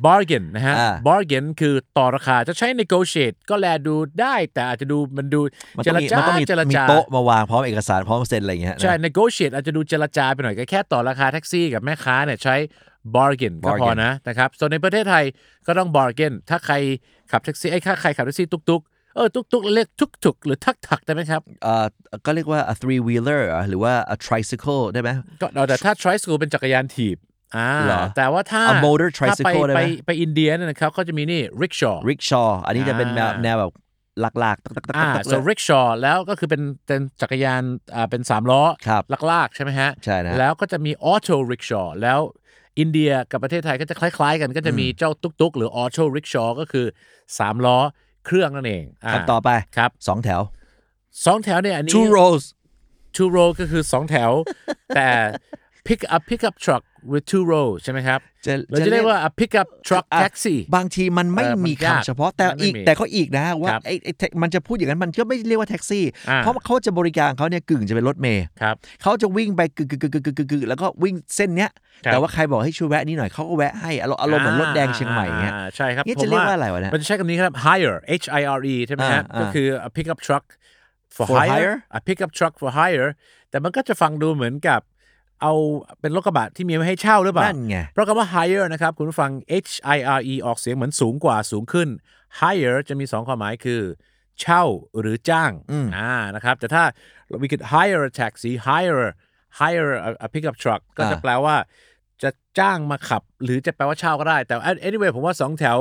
Speaker 3: bargain นะฮะ
Speaker 2: อ่า
Speaker 3: bargain คือต่อราคาจะใช้ negotiate ก็แลดูได้แต่อาจจะดูมันดู
Speaker 2: มัน
Speaker 3: เจ
Speaker 2: ต้อง
Speaker 3: ร
Speaker 2: มี
Speaker 3: จา
Speaker 2: มันต้องมี
Speaker 3: เจร
Speaker 2: มี
Speaker 3: จา
Speaker 2: โต๊ะมาวางพร้อมเอกสารพร้อมเซ็นอะไรอย่างเงี้ยนะ
Speaker 3: ใช่ negotiate อาจจะดูเจรจาไปหน่อยก็แค่ต่อราคาแท็กซี่กับแม่ค้าเนี่ยใช้ bargain ก็พอ
Speaker 2: bargain
Speaker 3: นะนะครับ ส่วนในประเทศไทยก็ต้อง bargain ถ้าใครขับแท็กซี่ไอ้ยถ้าใครขับแท็กซี่ตุ๊กๆเออตุ๊กๆเรียกทุกๆ หรือทักทักๆได้ไหมครับ
Speaker 2: เอ่อก็เรียกว่า a three wheeler หรือว่า a tricycle ได้ไหม
Speaker 3: ก็เอาแต่ถ้า tricycle เป็นจักรยานถีบอ่า
Speaker 2: เหรอ
Speaker 3: แต่ว่าถ้า
Speaker 2: A motor
Speaker 3: ถ้าไป
Speaker 2: tricycle ได้ไหม
Speaker 3: ไปไปอินเดียเนยนะครับเขาจะมีนี่ rickshaw
Speaker 2: rickshaw อันนี้จะเป็นแนว
Speaker 3: อ่า
Speaker 2: แนวแบบลากๆตักๆตักๆ
Speaker 3: อ่า
Speaker 2: ตักๆ
Speaker 3: so
Speaker 2: เลย
Speaker 3: rickshaw แล้วก็คือเป็นเป็นจักรยานอ่าเป็นสามล้อ
Speaker 2: ครับ
Speaker 3: ลากๆ ใช่ไหมฮะ
Speaker 2: ใช่นะ
Speaker 3: แล้วก็จะมี auto rickshaw แล้วอินเดียกับประเทศไทยก็จะคล้ายๆกันก็จะมีเจ้าตุ๊กๆ หรือ auto rickshaw ก็คือ 3 ล้อเครื่องนั่นเองา
Speaker 2: คำต่อไป
Speaker 3: ครับ
Speaker 2: สองแถว
Speaker 3: สองแถวเนี่ยอันนี้
Speaker 2: two rows
Speaker 3: two row ก็คือ 2 แถว แต่ pick up pick up truck with two row ใช่ไหมครับ
Speaker 2: จะ
Speaker 3: เราจะเรียกว่า a pick up truck
Speaker 2: อ่ะ
Speaker 3: taxi
Speaker 2: บางทีมันไม่
Speaker 3: เออมัน
Speaker 2: มี
Speaker 3: ยาก
Speaker 2: คำเฉพาะแต่
Speaker 3: มันไม่
Speaker 2: อีก
Speaker 3: มี
Speaker 2: แต่ก็อีกนะว่า
Speaker 3: ครับ
Speaker 2: ไอ้ไอ้แท็กมันจะพูดอย่างนั้นมันก็ไม่เรียกว่าแท็กซี่
Speaker 3: อ่า
Speaker 2: เพราะเขาจะบริการเขาเนี่ยกึ่งจะเป็นรถเมย์
Speaker 3: ครับ
Speaker 2: เขาจะวิ่งไปกึกกึกกึกกึกกึกกึกแล้วก็วิ่งเส้นเนี้ย
Speaker 3: ครับ
Speaker 2: แต่ว่าใครบอกให้ช่วยแวะนี่หน่อยเขาก็แวะให้อารมณ์อารมณ์เหมือนรถแดงเชียงใหม่เงี้ย
Speaker 3: อ่าใช่ครับ
Speaker 2: เนี่ย
Speaker 3: ผม
Speaker 2: จะเรียกว่าอะไรวะเนี่ย
Speaker 3: มันจะใช้คำนี้ครับ hire H I R E ใช่ไหมฮะ
Speaker 2: อ่าอ่า
Speaker 3: ก็คือ a pick up truck for
Speaker 2: For
Speaker 3: hire
Speaker 2: hire
Speaker 3: a pick up truck for hire แต่มันก็จะฟังดูเหมือนกับ เอาเป็นรถกระบะที่มีไว้ให้เช่าหรือเปล่า
Speaker 2: นั่นไง
Speaker 3: เพราะคำว่า hire นะครับ คุณผู้ฟัง H I R E ออกเสียงเหมือนสูงกว่าสูงขึ้น hire จะมีสองความหมายคือ เช่าหรือจ้างอ่านะครับแต่ถ้า we could hire a taxi hire hire a, a pickup truck ก็จะ
Speaker 2: อ่า
Speaker 3: แปลว่า จะจ้างมาขับหรือจะแปลว่าเช่าก็ได้ แต่ anyway ผมว่าสองแถว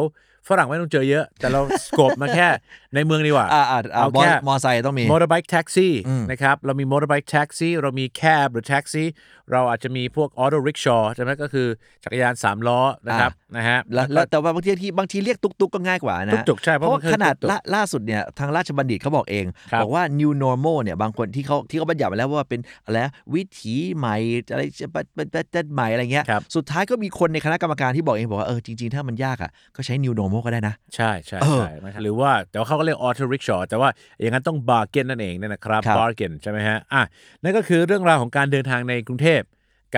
Speaker 3: ฝรั่งไม่ต้องเจอเยอะ แต่เรา สกบมาแค่ในเมืองดีกว่า
Speaker 2: อ่าอ่าอ่า
Speaker 3: เอา
Speaker 2: มอ
Speaker 3: แค่
Speaker 2: มอไซค์ต้องมี
Speaker 3: motorbike taxi
Speaker 2: อืม
Speaker 3: นะครับ เรามี motorbike taxi เรามี cab หรือ taxi เราอาจจะมีพวก auto rickshaw ใช่ไหมก็คือจักรยานสามล้อนะครับนะฮะ
Speaker 2: แล้วแล้วแต่ว่าบางทีที่บางทีเรียกตุ๊กตุ๊กก็ง่ายกว่านะ
Speaker 3: ตุ๊กๆใช่เพ
Speaker 2: เพ
Speaker 3: ราะ
Speaker 2: ราะ
Speaker 3: มัน
Speaker 2: ว่า
Speaker 3: คือ
Speaker 2: ขนาด
Speaker 3: ตุ๊กๆ
Speaker 2: ล่าล่าสุดเนี่ยทางราชบัณฑิตเขาบอกเอง
Speaker 3: ครับ
Speaker 2: บอกว่า new normal เนี่ยบางคนที่เขาที่เขาบัญญัติไว้แล้วว่าเป็นอะไรนะวิถีใหม่อะไรจะบัดบัดบัดบัดใหม่อะไรเงี้ย
Speaker 3: ครับ
Speaker 2: สุดท้ายก็มีคนในคณะกรรมการที่บอกเองบอกว่าเออจริงๆ ถ้ามันยากอ่ะก็ใช้ new normal ก็ได้นะ
Speaker 3: ใช่ใช่
Speaker 2: เออ
Speaker 3: ใช่นะครับหรือว่าแต่ว่าเขาก็เรียก auto rickshaw แต่ว่าอย่างนั้นต้อง bargain นั่นเองเนี่ยนะครับ
Speaker 2: ครับ
Speaker 3: bargain ใช่ไหมฮะอ่ะนั่นก็คือเรื่องราวของการเดินทางในกรุงเทพ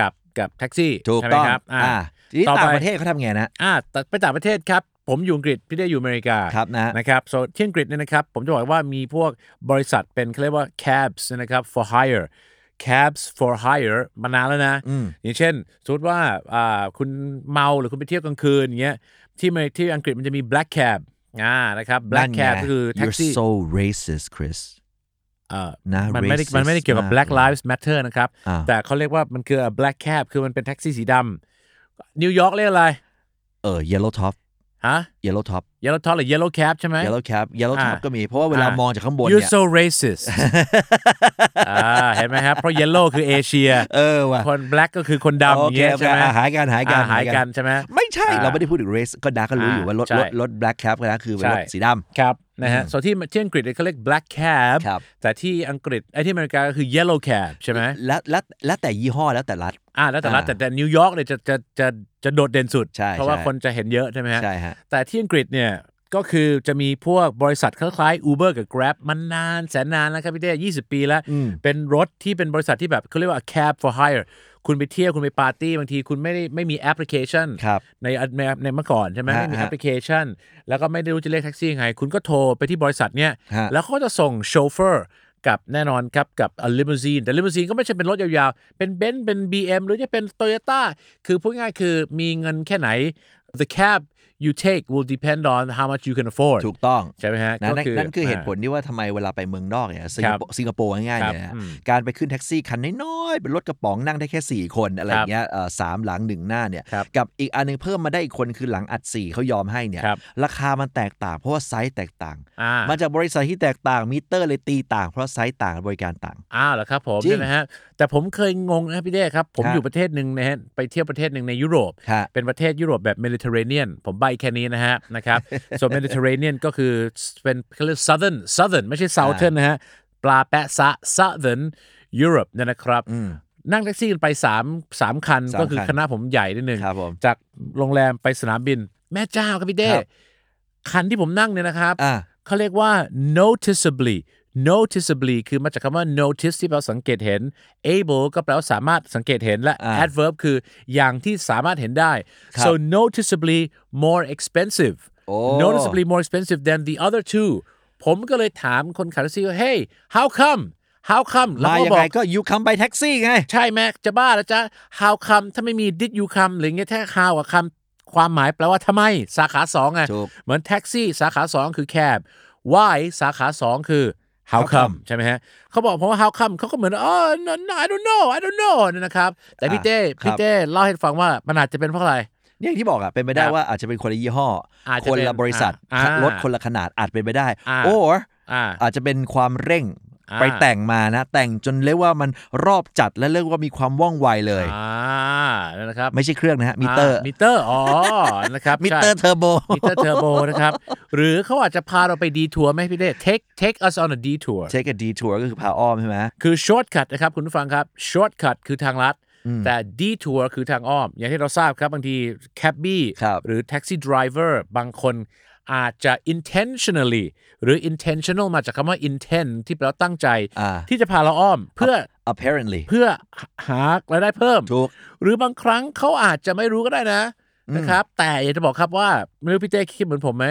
Speaker 3: กับกับแท็กซี่
Speaker 2: ถูก
Speaker 3: ใช่ไหม
Speaker 2: ต้อง
Speaker 3: ครับอ่ะ
Speaker 2: อ่าทีนี้
Speaker 3: ต่อไป
Speaker 2: ต่างประเทศเขาทำไงนะ
Speaker 3: อ่าแต่ไปต่างประเทศครับ ผมอยู่อังกฤษ พี่ได้อยู่อเมริกา
Speaker 2: ครับนะ
Speaker 3: นะครับ so ที่อังกฤษเนี่ยนะครับ ผมจะบอกว่ามีพวกบริษัทเป็นเขาเรียกว่า cabs นะครับ for hire cabs for hire มานานแล้วนะ
Speaker 2: อืม
Speaker 3: อย่างเช่น สมมติว่าอ่าคุณเมาหรือคุณไปเที่ยวกลางคืนอย่างเงี้ยที่เมที่อังกฤษมันจะมี black cab อ่านะครับ black
Speaker 2: นั่นไง
Speaker 3: cab ก็คือแท็ก
Speaker 2: you're
Speaker 3: ซี่
Speaker 2: so racist Chris
Speaker 3: เอ่อ
Speaker 2: นะ
Speaker 3: มันไม่ได้
Speaker 2: racist
Speaker 3: มันไม่ได้เกี่ยวกับ Black
Speaker 2: มากเลย
Speaker 3: Lives Matter นะครับ
Speaker 2: อ่า
Speaker 3: แต่เขาเรียกว่ามันคือ black cab คือมันเป็นแท็กซี่สีดำนิวยอร์กเรียกอะไร
Speaker 2: เออ yellow top
Speaker 3: ฮะ
Speaker 2: yellow top
Speaker 3: yellow top หรือ yellow cap ใช่ไหม
Speaker 2: yellow cap yellow top
Speaker 3: อ่า
Speaker 2: ก็มี เพราะว่าเวลา
Speaker 3: อ่าม
Speaker 2: มองจากข้างบน
Speaker 3: you're
Speaker 2: เนี่ย
Speaker 3: so racist อ่าเห็นไหมครับ เพราะ yellow คือเอเชีย
Speaker 2: เออว่ะ
Speaker 3: คน black ก็คือคนดำอ
Speaker 2: โอย่าง เค
Speaker 3: เงี้ย
Speaker 2: โอเค
Speaker 3: ใช่ไหม
Speaker 2: อ่ะหายกันหายกัน
Speaker 3: อ่าหายกันใช่ไหม
Speaker 2: ไม่ใช่
Speaker 3: อ่า
Speaker 2: เราไม่ได้พูดถึง race ก็ดาก็รู้อยู่ว่า
Speaker 3: อ่าร
Speaker 2: ถ
Speaker 3: ใช่
Speaker 2: รถรถ black cap นะคือเป็นรถ
Speaker 3: ใช่
Speaker 2: สีดำ
Speaker 3: ครับนะฮะส่วนที่ที่อังกฤษเนี่ยเขาเรียก black cab
Speaker 2: ครับ
Speaker 3: แต่ที่อังกฤษไอ้ที่อเมริกาก็คือ yellow cab ใช่ไหม
Speaker 2: แล้วแล้วแล้วแต่ยี่ห้อแล้วแต่รัฐ
Speaker 3: อ่าแล้วแต่ละ
Speaker 2: อ่า
Speaker 3: แต่แต่นิวยอร์กเนี่ยจะจะจะจะโดดเด่นสุด
Speaker 2: ใช่
Speaker 3: เพราะว่า
Speaker 2: ใช่
Speaker 3: คนจะเห็นเยอะใช่ไหมฮะ
Speaker 2: ใช่ฮะ
Speaker 3: แต่ที่อังกฤษเนี่ยก็คือจะมีพวกบริษัทคล้ายๆ Uber กับ Grab มันนานแสนนานแล้วครับพี่เต้ยี่สิบปีแล้ว
Speaker 2: อืม
Speaker 3: เป็นรถที่เป็นบริษัทที่แบบเขาเรียกว่า cab for hire คุณไปเที่ยว คุณไปปาร์ตี้ บางทีคุณไม่ได้ไม่มีแอปพลิเคชัน
Speaker 2: ครับ
Speaker 3: ในในในเมื่อก่อนใช่ไหม
Speaker 2: ฮะ
Speaker 3: ไม่มี
Speaker 2: ฮะ
Speaker 3: แอปพลิเคชัน แล้วก็ไม่ได้รู้จะเรียกแท็กซี่ยังไง คุณก็โทรไปที่บริษัทเนี่ย
Speaker 2: ฮะ
Speaker 3: แล้วเขาก็จะส่งโชเฟอร์กับแน่นอนครับกับลิมูซีนแต่ลิมูซีนก็ไม่ใช่เป็นรถยาวๆ เป็นเบนซ์เป็น BM หรือจะเป็นโตโยต้าคือพูดง่ายๆคือมีเงินแค่ไหน the cab you take will depend on how much you can afford
Speaker 2: ถูกต้อง
Speaker 3: ใช่ไหมฮะ
Speaker 2: นะ
Speaker 3: ก็
Speaker 2: นั่นนั่นคือเหตุผลที่ว่าทำไมเวลาไปเมืองนอกเนี่ยสิงคโปร์สิงคโปร์ง่าย
Speaker 3: ค
Speaker 2: ๆ
Speaker 3: รับ
Speaker 2: เนี่ยนะ
Speaker 3: อืม
Speaker 2: การไปขึ้นแท็กซี่คันน้อยๆเป็นรถกระป๋องนั่งได้แค่ 4 คนอะไรอย่างเงี้ยเอ่อสามหลังหนึ่งหน้าเนี่ย
Speaker 3: ครับ
Speaker 2: กับอีกอันหนึงเพิ่มมาได้อีกคนคือหลังอัด4เขายอมให้เนี่ย
Speaker 3: ครับ
Speaker 2: ราคามันแตกต่างเพราะว่าไซส์แตกต่าง
Speaker 3: อ่าม
Speaker 2: มาจากบริษัทที่แตกต่างมิเตอร์เลยตีต่าง เพราะไซส์ต่างบริการต่าง
Speaker 3: อ้าวเหรอครับผม
Speaker 2: จริง
Speaker 3: ใช่ไหมฮะแต่ผมเคยงงนะครับพี่เด้ครับ ผม
Speaker 2: ครับ
Speaker 3: อยู่ประเทศหนึ่งนะฮะไปเที่ยวประเทศหนึ่งในยุโรป
Speaker 2: ฮะ
Speaker 3: เป็นประเทศยุโรปแบบเมดิเตอร์เรเนียนผมใบแค่นี้นะฮะ นะครับ ส่วนเมดิเตอร์เรเนียนก็คือเป็นเขาเรียก southern southern ไม่ใช่ southern นะฮะ ปลาแปะซะ southern Europe เนยนะครับ นั่งแท็กซี่กันไป3 3คัน
Speaker 2: สาม
Speaker 3: ก็คือ
Speaker 2: คั
Speaker 3: ค
Speaker 2: น
Speaker 3: ณะผมใหญ่นิดนึง
Speaker 2: ครับผม
Speaker 3: จากโรงแรมไปสนามบิน แม่เจ้าครับพี่เด้
Speaker 2: ครับ
Speaker 3: คันที่ผมนั่งเนี่ยนะครับ
Speaker 2: อ่า
Speaker 3: เขาเรียกว่า noticeably noticeably คือมาจากคำว่า notice ที่แปลว่าสังเกตเห็น able ก็แปลว่าสามารถสังเกตเห็นและ
Speaker 2: อ่า
Speaker 3: adverb คืออย่างที่สามารถเห็นได้
Speaker 2: ครับ
Speaker 3: so noticeably more expensive
Speaker 2: โอ้
Speaker 3: noticeably more expensive than the other two ผมก็เลยถามคนขับแท็กซี่ว่า hey how come how come แล้ว
Speaker 2: มา
Speaker 3: เขา
Speaker 2: ยัง
Speaker 3: บอ
Speaker 2: ไง
Speaker 3: ก
Speaker 2: ก็ยูคัมไปแท็กซี่ไง
Speaker 3: ใช่แม็กจะบ้าแล้วจ้ะ how come ถ้าไม่มี did you come หรืออย่างเงี้ยถ้า how กับ come ความหมายแปลว่าทำไม สาขาสองไง
Speaker 2: ถูก
Speaker 3: เหมือนแท็กซี่สาขาสองคือ cab why สาขาสองคือ how
Speaker 2: How come
Speaker 3: come ใช่ไหมฮะเขาบอกเพราะว่า how come เขาก็เหมือนอ๋อ no, no, I don't know I don't know เนี่ยนะครับ แต่พี่
Speaker 2: อ่ะ
Speaker 3: เต้
Speaker 2: ครับ
Speaker 3: พี่เต้เล่าให้ฟังว่ามันอาจจะเป็นเพราะอะไร
Speaker 2: เนี่ยอย่างที่บอกอะเป็นไปได้
Speaker 3: ครับ
Speaker 2: ว่าอาจจะเป็นคนละยี่ห้ออา
Speaker 3: จจะ
Speaker 2: ค
Speaker 3: เป็น
Speaker 2: นละบริษัท
Speaker 3: อ่าอ่าร
Speaker 2: ถคนละขนาดอาจเป็นไปได้
Speaker 3: อ่า
Speaker 2: or
Speaker 3: อ่า
Speaker 2: อาจจะเป็นความเร่ง
Speaker 3: อ่า
Speaker 2: ไปแต่งมานะ แต่งจนเรียกว่ามันรอบจัดและเรียกว่ามีความว่องไวเลย
Speaker 3: อ่านั่นนะครับ
Speaker 2: ไม่ใช่เครื่องนะฮะมิเตอร์
Speaker 3: ามิเตอร์อ๋อนะครับ
Speaker 2: มิ
Speaker 3: ใช่
Speaker 2: เตอร์เทอร์โบ
Speaker 3: มิเตอร์เทอร์โบนะครับ หรือเขาอาจจะพาเราไปดีทัวร์ไหมพี่เด้ take take us on a detour
Speaker 2: take a detour ก็คือพาอ้อมใช่ไหม
Speaker 3: คือ shortcut นะครับ คุณผู้ฟังครับ shortcut คือทางลัด แต่ detour คือทางอ้อม อย่างที่เราทราบครับ บางที cabbie
Speaker 2: ครับ
Speaker 3: หรือ taxi driver บางคนอาจจะ intentionally หรือ intentional มาจากคำว่า intent ที่แปลว่าตั้งใจ
Speaker 2: อ่า
Speaker 3: ที่จะพาเราอ้อมเพื่อ
Speaker 2: apparently
Speaker 3: เพื่อหารายได้เพิ่ม
Speaker 2: ถูก
Speaker 3: หรือบางครั้งเขาอาจจะไม่รู้ก็ได้นะนะครับ แต่อยากจะบอกครับว่าไม่รู้พี่เต้คิดเหมือนผมไหม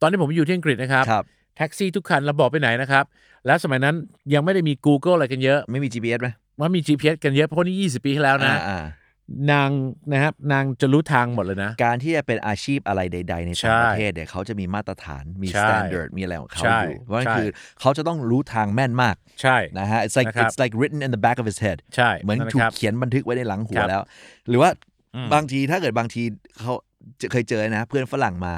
Speaker 3: ตอนที่ผมอยู่ที่อังกฤษนะครับ
Speaker 2: ครับ
Speaker 3: แท็กซี่ทุกคันเราบอกไปไหนนะครับ แล้วสมัยนั้นยังไม่ได้มี Google อะไรกันเยอะ
Speaker 2: ไม่มี GPS ไหม
Speaker 3: ว่ามี GPS กันเยอะเพราะว่านี่ 20 ปีที่แล้วนะ
Speaker 2: อ่าอ่าน
Speaker 3: างนะครับนางจะรู้ทางหมดเลยนะ
Speaker 2: การที่จะเป็นอาชีพอะไรใด ๆ ใน
Speaker 3: ใช่
Speaker 2: ต่างประเทศเนี่ยเขาจะมีมาตรฐานมี
Speaker 3: ใช่
Speaker 2: standard มีอะไรของเขา
Speaker 3: ใช่
Speaker 2: อยู่เพราะนั่น
Speaker 3: ใช่
Speaker 2: คือเขาจะต้องรู้ทางแม่นมาก
Speaker 3: ใช่
Speaker 2: นะฮะ it's like
Speaker 3: นะครับ
Speaker 2: it's like written in the back of his head
Speaker 3: ใช่
Speaker 2: เหมือน
Speaker 3: นะ
Speaker 2: ถู
Speaker 3: ค
Speaker 2: ก
Speaker 3: รับ
Speaker 2: เขียนบันทึกไว้ในหลังหั
Speaker 3: คว รับ
Speaker 2: แล้ว หรือว่า
Speaker 3: อืม
Speaker 2: บางทีถ้าเกิดบางทีเขาเคยเจอนะ เพื่อนฝรั่งมา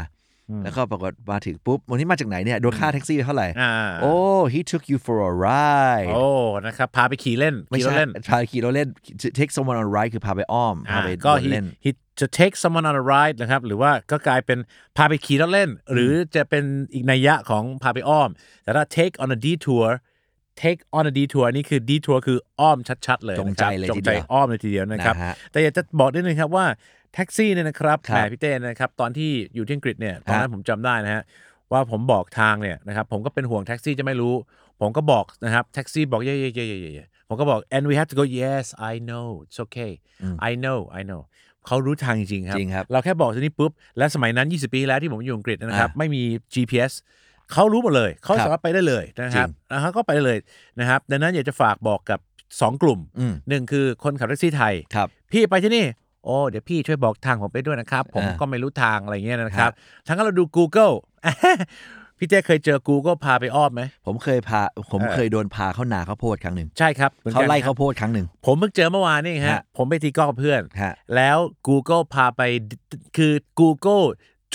Speaker 2: แล้วก็ปรากฏมาถึงปุ๊บ วันนี้มาจากไหนเนี่ยโดนค่าแท็กซี่ไปเท่าไหร่
Speaker 3: อ่า
Speaker 2: โอ้ he took you for a ride
Speaker 3: โอ้นะครับ พาไปขี่เล่น
Speaker 2: ไม่
Speaker 3: ขี่ร
Speaker 2: ใช่
Speaker 3: ถเล่น
Speaker 2: พาขี่รถเล่น take someone on a ride คือพาไปอ้อม
Speaker 3: อ่า
Speaker 2: พาไป
Speaker 3: ก็
Speaker 2: เดิน
Speaker 3: he
Speaker 2: เล่น
Speaker 3: he to take someone on a ride นะครับ หรือว่าก็กลายเป็นพาไปขี่รถเล่น หรือจะเป็นอีกนัยยะของพาไปอ้อม แต่ถ้า take on a detour take on a detour นี่คือ detour คืออ้อมชัด ๆ เลย
Speaker 2: จง
Speaker 3: นะครับ
Speaker 2: ใจเลย
Speaker 3: จ
Speaker 2: ที
Speaker 3: ง
Speaker 2: เดียว
Speaker 3: ใจอ้อมเลยทีเดียวนะครับ
Speaker 2: ฮ
Speaker 3: แต่อยากจะบอกนิดนึงครับว่าแท็กซี่เนี่ยนะครับ
Speaker 2: ครั
Speaker 3: แหม
Speaker 2: บ
Speaker 3: พี่เต้นะครับ ตอนที่อยู่ที่อังกฤษเนี่ยตอนนั้นผมจำได้นะฮะว่าผมบอกทางเนี่ยนะครับผมก็เป็นห่วงแท็กซี่จะไม่รู้ ผมก็บอกนะครับแท็กซี่บอกเย่เย่เย่เย่เย่ผมก็บอก and we have to go yes I know it's okay
Speaker 2: อืม
Speaker 3: I know I know เขารู้ทางจริงๆครับ
Speaker 2: จริงครับ
Speaker 3: เราแค่บอกทีนี้ปุ๊บ และสมัยนั้น 20 ปีแล้วที่ผมอยู่อังกฤษนะครับ
Speaker 2: อ่ะ
Speaker 3: ไม่มี GPS เขารู้หมดเลย เขา
Speaker 2: ครับ
Speaker 3: สามารถไปได้เลยนะครับนะฮะก็ไปได้เลยนะครับดังนั้นอยากจะฝากบอกกับ 2 กลุ่ม
Speaker 2: อืม
Speaker 3: หนึ่งคือคนขับแท็กซี่ไทย
Speaker 2: ครับ
Speaker 3: พี่ไปที่นี่ โอ้ เดี๋ยวพี่ช่วยบอกทางผมไปด้วยนะครับ ผม
Speaker 2: อ่า
Speaker 3: ก็ไม่รู้ทางอะไรเงี้ยนะครับทั้งนั้นเราดู Google พี่เต้เคยเจอ Google พาไปอ้อมไหม
Speaker 2: ผมเคยพา ผม
Speaker 3: เออ
Speaker 2: เคยโดนพาเข้านาข้าวโพดครั้งหนึ่ง
Speaker 3: ใช่ครับหมือน
Speaker 2: เขา
Speaker 3: กัน
Speaker 2: ไล่
Speaker 3: ครับ
Speaker 2: ข้าวโพดครั้งหนึ่ง
Speaker 3: ผมเพิ่งเจอเมื่อวานนี่ฮะ
Speaker 2: ฮะ
Speaker 3: ผมไปตีกอล์ฟกับเพื่อน
Speaker 2: ฮะ
Speaker 3: แล้ว Google พาไปดิคือ Google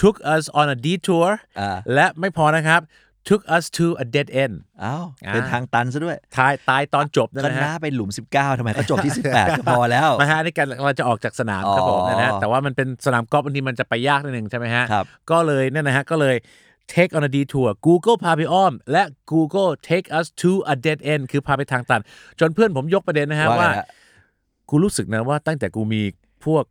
Speaker 3: took us on a detour
Speaker 2: อ่า
Speaker 3: และไม่พอนะครับ took us to a dead end
Speaker 2: อ้าวเป็น
Speaker 3: อ่า
Speaker 2: ทางตันซะด้วย
Speaker 3: ตายตายตอนจบนะ
Speaker 2: ก็
Speaker 3: นะ
Speaker 2: น้า
Speaker 3: ฮะ
Speaker 2: ไปหลุม 19ทำไมก็จบ ที่ 18 ก็พอแล้ว
Speaker 3: มาฮะนี่กันเราจะออกจากสนาม
Speaker 2: อ๋อ
Speaker 3: ครับผมนะฮะแต่ว่ามันเป็นสนามกอล์ฟบางทีมันจะไปยากนิดนึงใช่ไหมฮะ
Speaker 2: ครับ
Speaker 3: ก็เลยเนี่ยนะฮะ ก็เลย take on a detour Google พาไปอ้อม และ Google take us to a dead end คือพาไปทางตัน จนเพื่อนผมยกประเด็นนะฮะ
Speaker 2: ว่า
Speaker 3: ว่า
Speaker 2: ไงฮะ
Speaker 3: กูรู้สึกนะว่าตั้งแต่กูมีพวก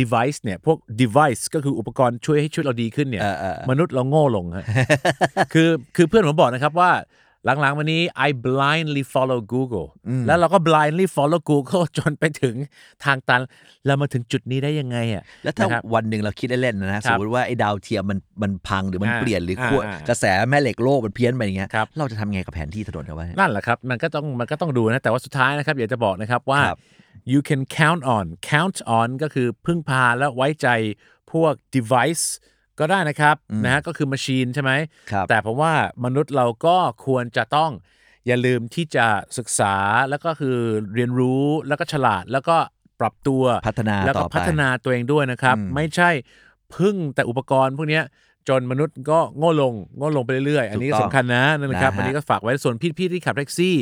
Speaker 3: device เนี่ย พวก device ก็คืออุปกรณ์ช่วยให้ชีวิตเราดีขึ้นเนี่ย
Speaker 2: เออเออเออ
Speaker 3: มนุษย์เราโง่ลง ฮะ คือคือเพื่อนผมบอกนะครับว่าหลังๆมานี้ I blindly follow Google แล้วเราก็ blindly follow Google จนไปถึงทางตัน เรามาถึงจุดนี้ได้ยังไงอ่ะ
Speaker 2: แล้วถ้า
Speaker 3: นะครับ
Speaker 2: วันหนึ่งเราคิดเล่นๆนะนะสมมติว่าไอ้ดาวเทียมมันมันพังหรือมัน
Speaker 3: อ่า
Speaker 2: เปลี่ยนหรือ
Speaker 3: อ่า
Speaker 2: ขั้ว
Speaker 3: อ่าก
Speaker 2: ระแสแม่เหล็กโลกมันเพี้ยนไปอย่างเงี้ย
Speaker 3: ครับ
Speaker 2: เราจะทำไงกับแผนที่ถนนกันวะเนี่ย
Speaker 3: นั่นแหละครับ มันก็ต้องมันก็ต้องดูนะ แต่ว่าสุดท้ายนะครับ อยากจะบอกนะครับว่า
Speaker 2: ครับ
Speaker 3: you can count on count on ก็คือพึ่งพาและไว้ใจพวก device ก็ได้นะครับนะฮะก็คือ machine ใช่ไหม
Speaker 2: ครับ
Speaker 3: แต่ผมว่ามนุษย์เราก็ควรจะต้องอย่าลืมที่จะศึกษาแล้วก็คือเรียนรู้แล้วก็ฉลาดแล้วก็ปรับตัว
Speaker 2: พัฒนา
Speaker 3: แล้ว
Speaker 2: ต่
Speaker 3: ก็
Speaker 2: อไป
Speaker 3: พัฒนาตัวเองด้วยนะครับ
Speaker 2: อืม
Speaker 3: ไม่ใช่พึ่งแต่อุปกรณ์พวกเนี้ยจนมนุษย์ก็โง่ลงโง่ลงไปเรื่อยๆ อันนี้ก็สำคัญนะนั่นนะครับ
Speaker 2: นะฮะ
Speaker 3: อันนี้ก็ฝากไว้ส่วนพี่ๆที่ขับแท็กซี่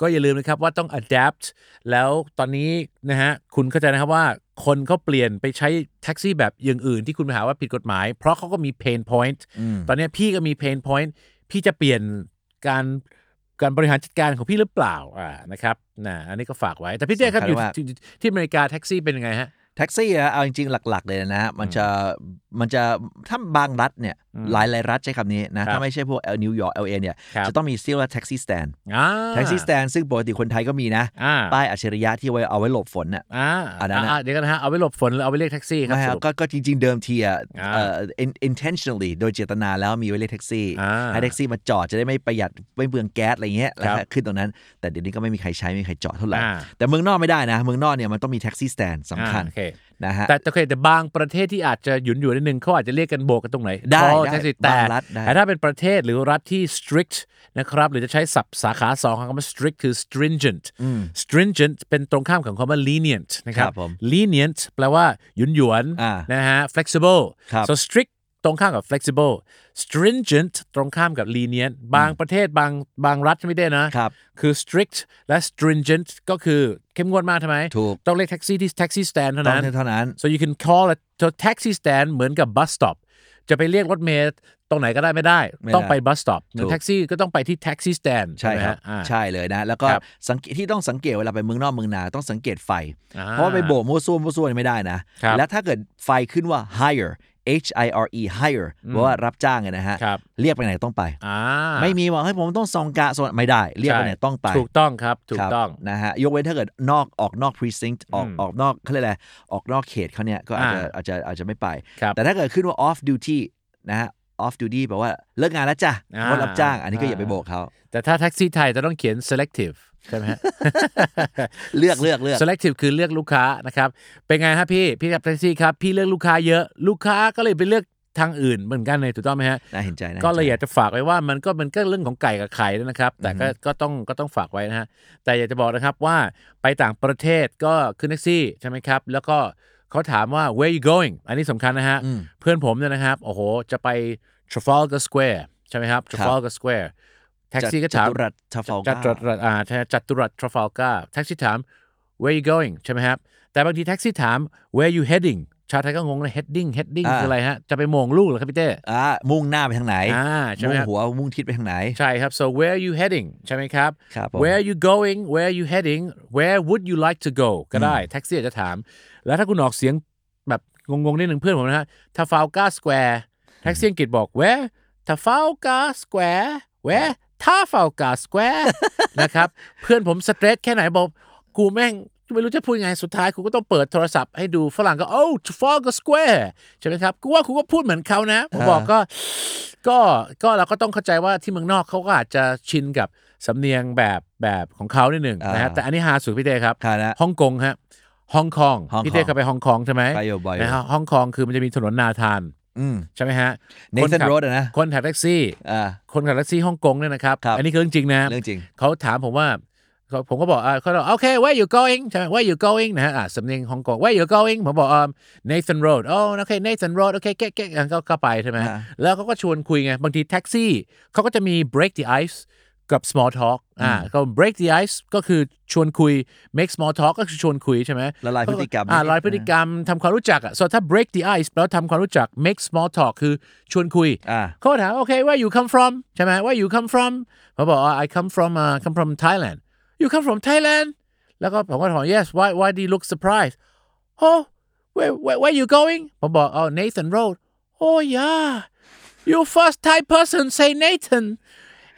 Speaker 3: ก็อย่าลืมนะครับว่าต้อง adapt แล้วตอนนี้นะฮะคุณเข้าใจนะครับว่าคนเขาเปลี่ยนไปใช้แท็กซี่แบบอย่างอื่นที่คุณไปหาว่าผิดกฎหมาย เพราะเขาก็มี pain point
Speaker 2: อืม
Speaker 3: ตอนเนี้ยพี่ก็มีเพนพอยต์พี่จะเปลี่ยนการการบริหารจัดการของพี่หรือเปล่าอ่านะครับนะอันนี้ก็ฝากไว้ แต่พี่เจ้ครับ
Speaker 2: สำคั
Speaker 3: อ
Speaker 2: ญ
Speaker 3: ยู่
Speaker 2: มาก
Speaker 3: ที่ที่อเมริกาแท็กซี่เป็นยังไงฮะ
Speaker 2: แท็กซี่อะเอาจริงๆ หลัก ๆ เลยนะฮะมันจะมันจะถ้าบางรัฐเนี่ย
Speaker 3: อืม
Speaker 2: หลายหลายๆรัฐใช้คำนี้
Speaker 3: ครั
Speaker 2: นะ
Speaker 3: บ
Speaker 2: ถ้าไม่ใช่พวกเอลนิวยอร์กเอลเอเนี่ย
Speaker 3: ครับ
Speaker 2: จะต้องมีเรียกว่าแท็กซี่สแตน
Speaker 3: อ่า
Speaker 2: แท็กซี่สแตนซึ่งปกติคนไทยก็มีนะ
Speaker 3: อ่า
Speaker 2: ป้ายอัจฉริยะที่ไว้เอาไว้หลบฝนน่ะ
Speaker 3: อ่า
Speaker 2: อันนั้นอะ
Speaker 3: าเดี๋ยวกันนะฮะเอาไว้หลบฝนหรือเอาไว้เรียกแท็กซี่ครับส
Speaker 2: ไม่ฮะ
Speaker 3: รุป
Speaker 2: ก็ก็จริง ๆ เดิมทีอ่ะ
Speaker 3: อ่า
Speaker 2: เอ่อ in- intentionally โดยเจตนาแล้วมีไว้เรียกแท็กซี่
Speaker 3: อ่า
Speaker 2: ให้แท็กซี่มาจอดจะได้ไม่ประหยัดไม่เปลืองแก๊สอะไรเงี้ยแล้ว
Speaker 3: ครั
Speaker 2: ก็
Speaker 3: บ
Speaker 2: ขึ้นตรงนั้น แต่เดี๋ยวนี้ก็ไม่มีใครใช้ไม่มีใครจอดเท่าไหร่
Speaker 3: อ่า
Speaker 2: แต่เมืองนอกไม่ได้นะเมืองนอกเนี่ยมันต้องมีแท็กซี่สแตนสำคัญ
Speaker 3: อ่าโอเค
Speaker 2: นะฮะ
Speaker 3: แต่แต่โอเคแต่บางประเทศที่อาจจะหยุนอยู่นิดนึงเขาอาจจะเรียกกันโบกกันตรงไหน
Speaker 2: ได้
Speaker 3: พอ
Speaker 2: ได้
Speaker 3: แท็กซี่แต่
Speaker 2: บางรัฐได้
Speaker 3: แต่ถ้าเป็นประเทศหรือรัฐที่ strict นะครับหรือจะใช้ศัพท์สาขาสองของคำว่า strict คือ stringent stringent เป็นตรงข้ามของคำว่า lenient นะครับ
Speaker 2: ครับผม
Speaker 3: lenient แปลว่าหยุนหยวนๆ
Speaker 2: อ่า
Speaker 3: นะฮะ flexible
Speaker 2: ครับ
Speaker 3: so strict ตรงข้ามกับ flexible stringent ตรงข้ามกับ lenient บางประเทศบางบางรัฐไม่ได้นะ
Speaker 2: ครับ
Speaker 3: คือ strict และ stringent ก็คือเข้มงวดมากทำไม
Speaker 2: ถูก
Speaker 3: ต้องเรียกแท็กซี่ที่แท็กซี่สแตนเท่า
Speaker 2: ต้อง
Speaker 3: นั้น
Speaker 2: เท่านั้น
Speaker 3: so you can call a to taxi stand เหมือนกับ bus stop จะไปเรียกรถเมล์ตรงไหนก็ได้ไม่ได้
Speaker 2: ไม่ได้
Speaker 3: ต้องไป bus stop เหมือ
Speaker 2: ถู
Speaker 3: น
Speaker 2: ก
Speaker 3: แท็กซี่ก็ต้องไปที่ taxi stand
Speaker 2: ใช่
Speaker 3: ไหม
Speaker 2: ครั
Speaker 3: ฮะ
Speaker 2: บ
Speaker 3: อ่า
Speaker 2: ใช่เลยนะ แล้วก็
Speaker 3: ครับ
Speaker 2: สังเกตที่ต้องสังเกตเวลาไปเมืองนอกเมืองนาต้องสังเกตไฟ
Speaker 3: อ่า
Speaker 2: เพราะว่าไปโบกมั่วซั่วมั่วซั่วนี่ไม่ได้นะ
Speaker 3: ครับ
Speaker 2: และถ้าเกิดไฟขึ้นว่า higher H I R E higher แปลว่ารับจ้างไงนะฮะ
Speaker 3: ครับ
Speaker 2: เรียกไปไหนต้องไป
Speaker 3: อ่า
Speaker 2: ไม่มีว่าเฮ้ยผมต้องส่องกะส่วนไม่ได้ เรียกไปไหนต้องไป
Speaker 3: ถูกต้องครับ ถู
Speaker 2: ค
Speaker 3: ก
Speaker 2: รับ
Speaker 3: ต้อง
Speaker 2: นะฮะยกเว้นถ้าเกิดนอกออกนอก precinct ออกออกนอกเขาเรียกอะไรออกนอกเขตเขาเนี่ยก็อาจจะ
Speaker 3: อ่า
Speaker 2: อาจจะอาจจะไม่ไป
Speaker 3: ครับ
Speaker 2: แต่ถ้าเกิดขึ้นว่า off duty นะฮะ off duty แปลว่าเลิกงานแล้วจ้ะ
Speaker 3: อ่าง ง
Speaker 2: ดรับจ้าง อันนี้ก็
Speaker 3: อ่า
Speaker 2: อย่าไปโบกเขา
Speaker 3: แต่ถ้าแท็กซี่ไทยจะต้องเขียน selective ใช่ไหมฮะ
Speaker 2: เลือก เลือกเลือก
Speaker 3: selective คือเลือกลูกค้านะครับ เป็นไงฮะพี่ พี่ขับแท็กซี่ครับ พี่เลือกลูกค้าเยอะ ลูกค้าก็เลยไปเลือกทางอื่นเหมือนกันเลยถูกต้องไหมฮะ
Speaker 2: น่าเห็นใจนะ
Speaker 3: ก็เลยอ
Speaker 2: ห็น
Speaker 3: ยา
Speaker 2: ใจ
Speaker 3: กจะฝากไว้ว่ามันก็มันก็เรื่องของไก่กับไข่ด้วยนะครับ แต่ก็ก็ต้องก็ต้องฝากไว้นะฮะแต่อยากจะบอกนะครับว่าไปต่างประเทศก็ขึ้นแท็กซี่ใช่ไหมครับ แล้วก็เขาถามว่า where you going อันนี้สำคัญนะฮะ
Speaker 2: อืม
Speaker 3: เพื่อนผมเนี่ยนะครับโอ้โห จะไป Trafalgar Square ใช่ไหมครับ Trafalgar Square แท็กซี่ก็ถาม
Speaker 2: จัตุรัส Trafalgar
Speaker 3: จัตุรัสอ่าใช่จัตุรัส Trafalgar แท็กซี่ถาม where you going ใช่ไหมครับ แต่บางทีแท็กซี่ถาม where you heading ชาวไทยก็งงเลย heading heading
Speaker 2: อ่า
Speaker 3: คืออะไรฮะจะไปโมงลูกเหรอครับพี่เต้
Speaker 2: อ่ามุ่งหน้าไปทางไหน
Speaker 3: อ่าใช่ไหม
Speaker 2: มุ่ง
Speaker 3: ครับ
Speaker 2: หัวมุ่งทิศไปทางไหน
Speaker 3: ใช่ครับ so where are you heading ใช่ไหมครับ
Speaker 2: ครับผม
Speaker 3: where are you going where are you heading where would you like to go ก็ได้แท็กซี่อาจจะถาม แล้วถ้าคุณออกเสียงแบบงงๆนิดหนึ่งเพื่อนผมนะฮะ Trafalgar Square แท็กซี่อังกฤษบอก where Trafalgar Square where Trafalgar Square นะครับ เพื่อนผมสเตรทแค่ไหนบอก กูแม่งไม่รู้จะพูดยังไงสุดท้ายกูก็ต้องเปิดโทรศัพท์ให้ดูฝรั่งก็โอ้ Trafalgar Square ใช่ไหมครับกูว่ากูก็พูดเหมือนเขานะผมบอกก็ ก็ก็เราก็ต้องเข้าใจว่าที่เมืองนอกเขาก็อาจจะชินกับสำเนียงแบบแบบของเขานิดหนึ่งนะฮะ
Speaker 2: อ่า
Speaker 3: แต่อันนี้ฮาสุดพี่เต้ครับ
Speaker 2: ค่ะนะ
Speaker 3: ฮ่องกงฮะฮ่องกง
Speaker 2: ฮ่องกง
Speaker 3: พี่เต้เคยไปฮ่องกงใช่ไหม
Speaker 2: ไปอยู่บ่อยอยู่
Speaker 3: นะฮะฮ่องกงคือมันจะมีถนนนาทาน
Speaker 2: อืม
Speaker 3: ใช่ไหมฮะ
Speaker 2: Nathan
Speaker 3: ขับ
Speaker 2: Road อะนะ
Speaker 3: คนขับแท็กซี่
Speaker 2: อ่า
Speaker 3: คนขับแท็กซี่ฮ่องกงเนี่ยนะครับ
Speaker 2: ครับ
Speaker 3: อันนี้คือเรื่องจริงนะ
Speaker 2: เรื่องจริง
Speaker 3: เขาถามผมว่า ผมก็บอกอ่าเขาบอกโอเค where you going ใช่ไหม where you going นะฮะอ่าสำเนียงฮ่องกง where you going ผมบอกอ่า Nathan Road โอ้โอเค Nathan Road โอเคแก๊กแก๊กอ่ะก็ก็ไปใช่ไหมฮะ
Speaker 2: อ่า
Speaker 3: แล้วเขาก็ชวนคุยไง บางทีแท็กซี่เขาก็จะมี break the ice กับ small talk อ่าก็ break the ice ก็คือชวนคุย make small talk ก็คือชวนคุยใช่ไหม
Speaker 2: ละลายพฤติกรรม
Speaker 3: อ่าลายพฤติกรรมทำความรู้จักอ่ะ so ถ้า break the ice แปล้วาทำความรู้จัก make small talk คือชวนคุย
Speaker 2: อ่า
Speaker 3: เขาก็ถามโอเค where you come from ใช่ไหม where you come from ผมบอกว่า I come from uh, come from Thailand you come from Thailand แล้วก็ผมก็ถาม yes why why do you look surprised oh where where, where you going ผมบอก oh Nathan Road oh yeah you first Thai person say Nathan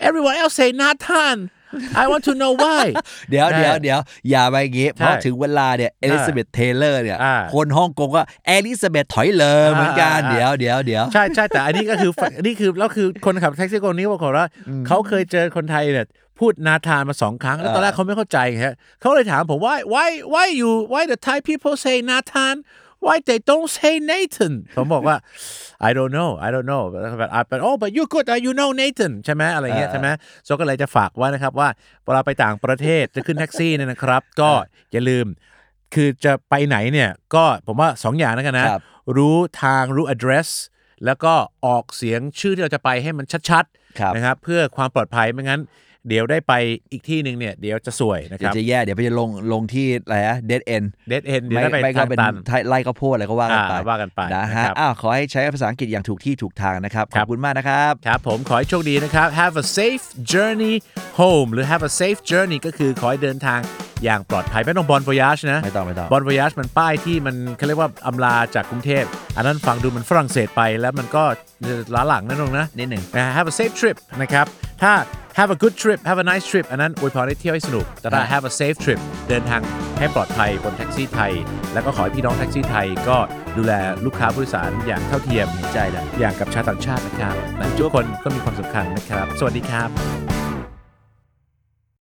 Speaker 3: everyone else say Nathan I want to know why
Speaker 2: เดี๋ยว
Speaker 3: ใช่
Speaker 2: เดี๋ยวเดี๋ยวอย่าไปอย่างงี้
Speaker 3: ใช่
Speaker 2: เพราะถึงเวลาเนี่ยเอลิซาเบธเทเลอร์เนี่ย
Speaker 3: อ่า
Speaker 2: คนฮ่องกงก็เอลิซาเบธถอยเลยเหมือนกัน
Speaker 3: อ่า
Speaker 2: เดี๋ยวเดี๋ยวเดี๋ยว
Speaker 3: ใช่ใช่แต่อันนี้ก็คือ นี่คือแล้วคือคนขับแท็กซี่คนนี้บอกว่าเขาเคยเจอคนไทยเนี่ยพูดนาทานมาสองครั้ง แล้วตอนแรกเขาไม่เข้าใจไงฮะเขาเลยถามผมว่า why why you why the Thai people say นาทาน why they don't say Nathan ผมบอกว่า I don't know I don't know but I but oh but you good uh, you know Nathan ใช่ไหมอะไรเงี้ยใช่ไหมโซก็เลยจะฝากไว่านะครับว่าเวลาไปต่างประเทศจะขึ้นแท็กซี่เนี่ยนะครับ ก็อย่าลืม คือจะไปไหนเนี่ยก็ผมว่า 2 อย่างแล้วกันนะ รู้ทางรู้ address แล้วก็ออกเสียงชื่อที่เราจะไปให้มันชัด
Speaker 2: ครับ
Speaker 3: ๆนะครับเพื่อความปลอดภัยไม่งั้น เดี๋ยวได้ไปอีกที่หนึ่งเนี่ยเดี๋ยวจะสวยนะค
Speaker 2: เดี๋ย
Speaker 3: รับ
Speaker 2: วจะแย่เดี๋ยวไปจะลงลงที่อะไรนะเดดเอน
Speaker 3: dead end เดี๋ยว
Speaker 2: ไม่
Speaker 3: ได้ไป
Speaker 2: ไม่ก็
Speaker 3: ทาง
Speaker 2: เป็น
Speaker 3: ตัน
Speaker 2: ไทยไล่ข้าวโพดอะไรก็ว่ากันไป
Speaker 3: อ่าว่ากันไป
Speaker 2: นะ
Speaker 3: นะครั
Speaker 2: ฮะ
Speaker 3: บ
Speaker 2: อ้าวขอให้ใช้ภาษาอังกฤษอย่างถูกที่ถูกทางนะครับ ข
Speaker 3: ครั
Speaker 2: อบ บคุณมากนะครับ
Speaker 3: ครับผมขอให้โชคดีนะครับ have a safe journey home หรือ have a safe journey ก็คือขอให้เดินทางอย่างปลอดภัยไม่ต้องบอล voyage นะ
Speaker 2: ไม่ต้องไม่ต้อง
Speaker 3: บอนว y ย g ชมันป้ายที่มันเขาเรียกว่าอำลาจากกรุงเทพ อันนั้นฟังดูมันฝรั่งเศสไปแล้วมันก็ล้าหลังนั่นองนะ
Speaker 2: นิดหนึ่ง
Speaker 3: นะ have a safe trip นะครับ ถ้า have a good trip have a nice trip อันนั้นอวยพรให้เที่ยวให้สนุก แต่ถ้า have a safe trip เดินทางให้ปลอดภัยบนแท็กซี่ไทย แล้วก็ขอให้พี่น้องแท็กซี่ไทยก็ดูแลลูกค้าผู้โดยสารอย่างเท่าเทียม
Speaker 2: ใจเลย
Speaker 3: อย่างกับชาวต่างชาตินะครับทุกคนก็มีความสำคัญนะครับ สวัสดีครับ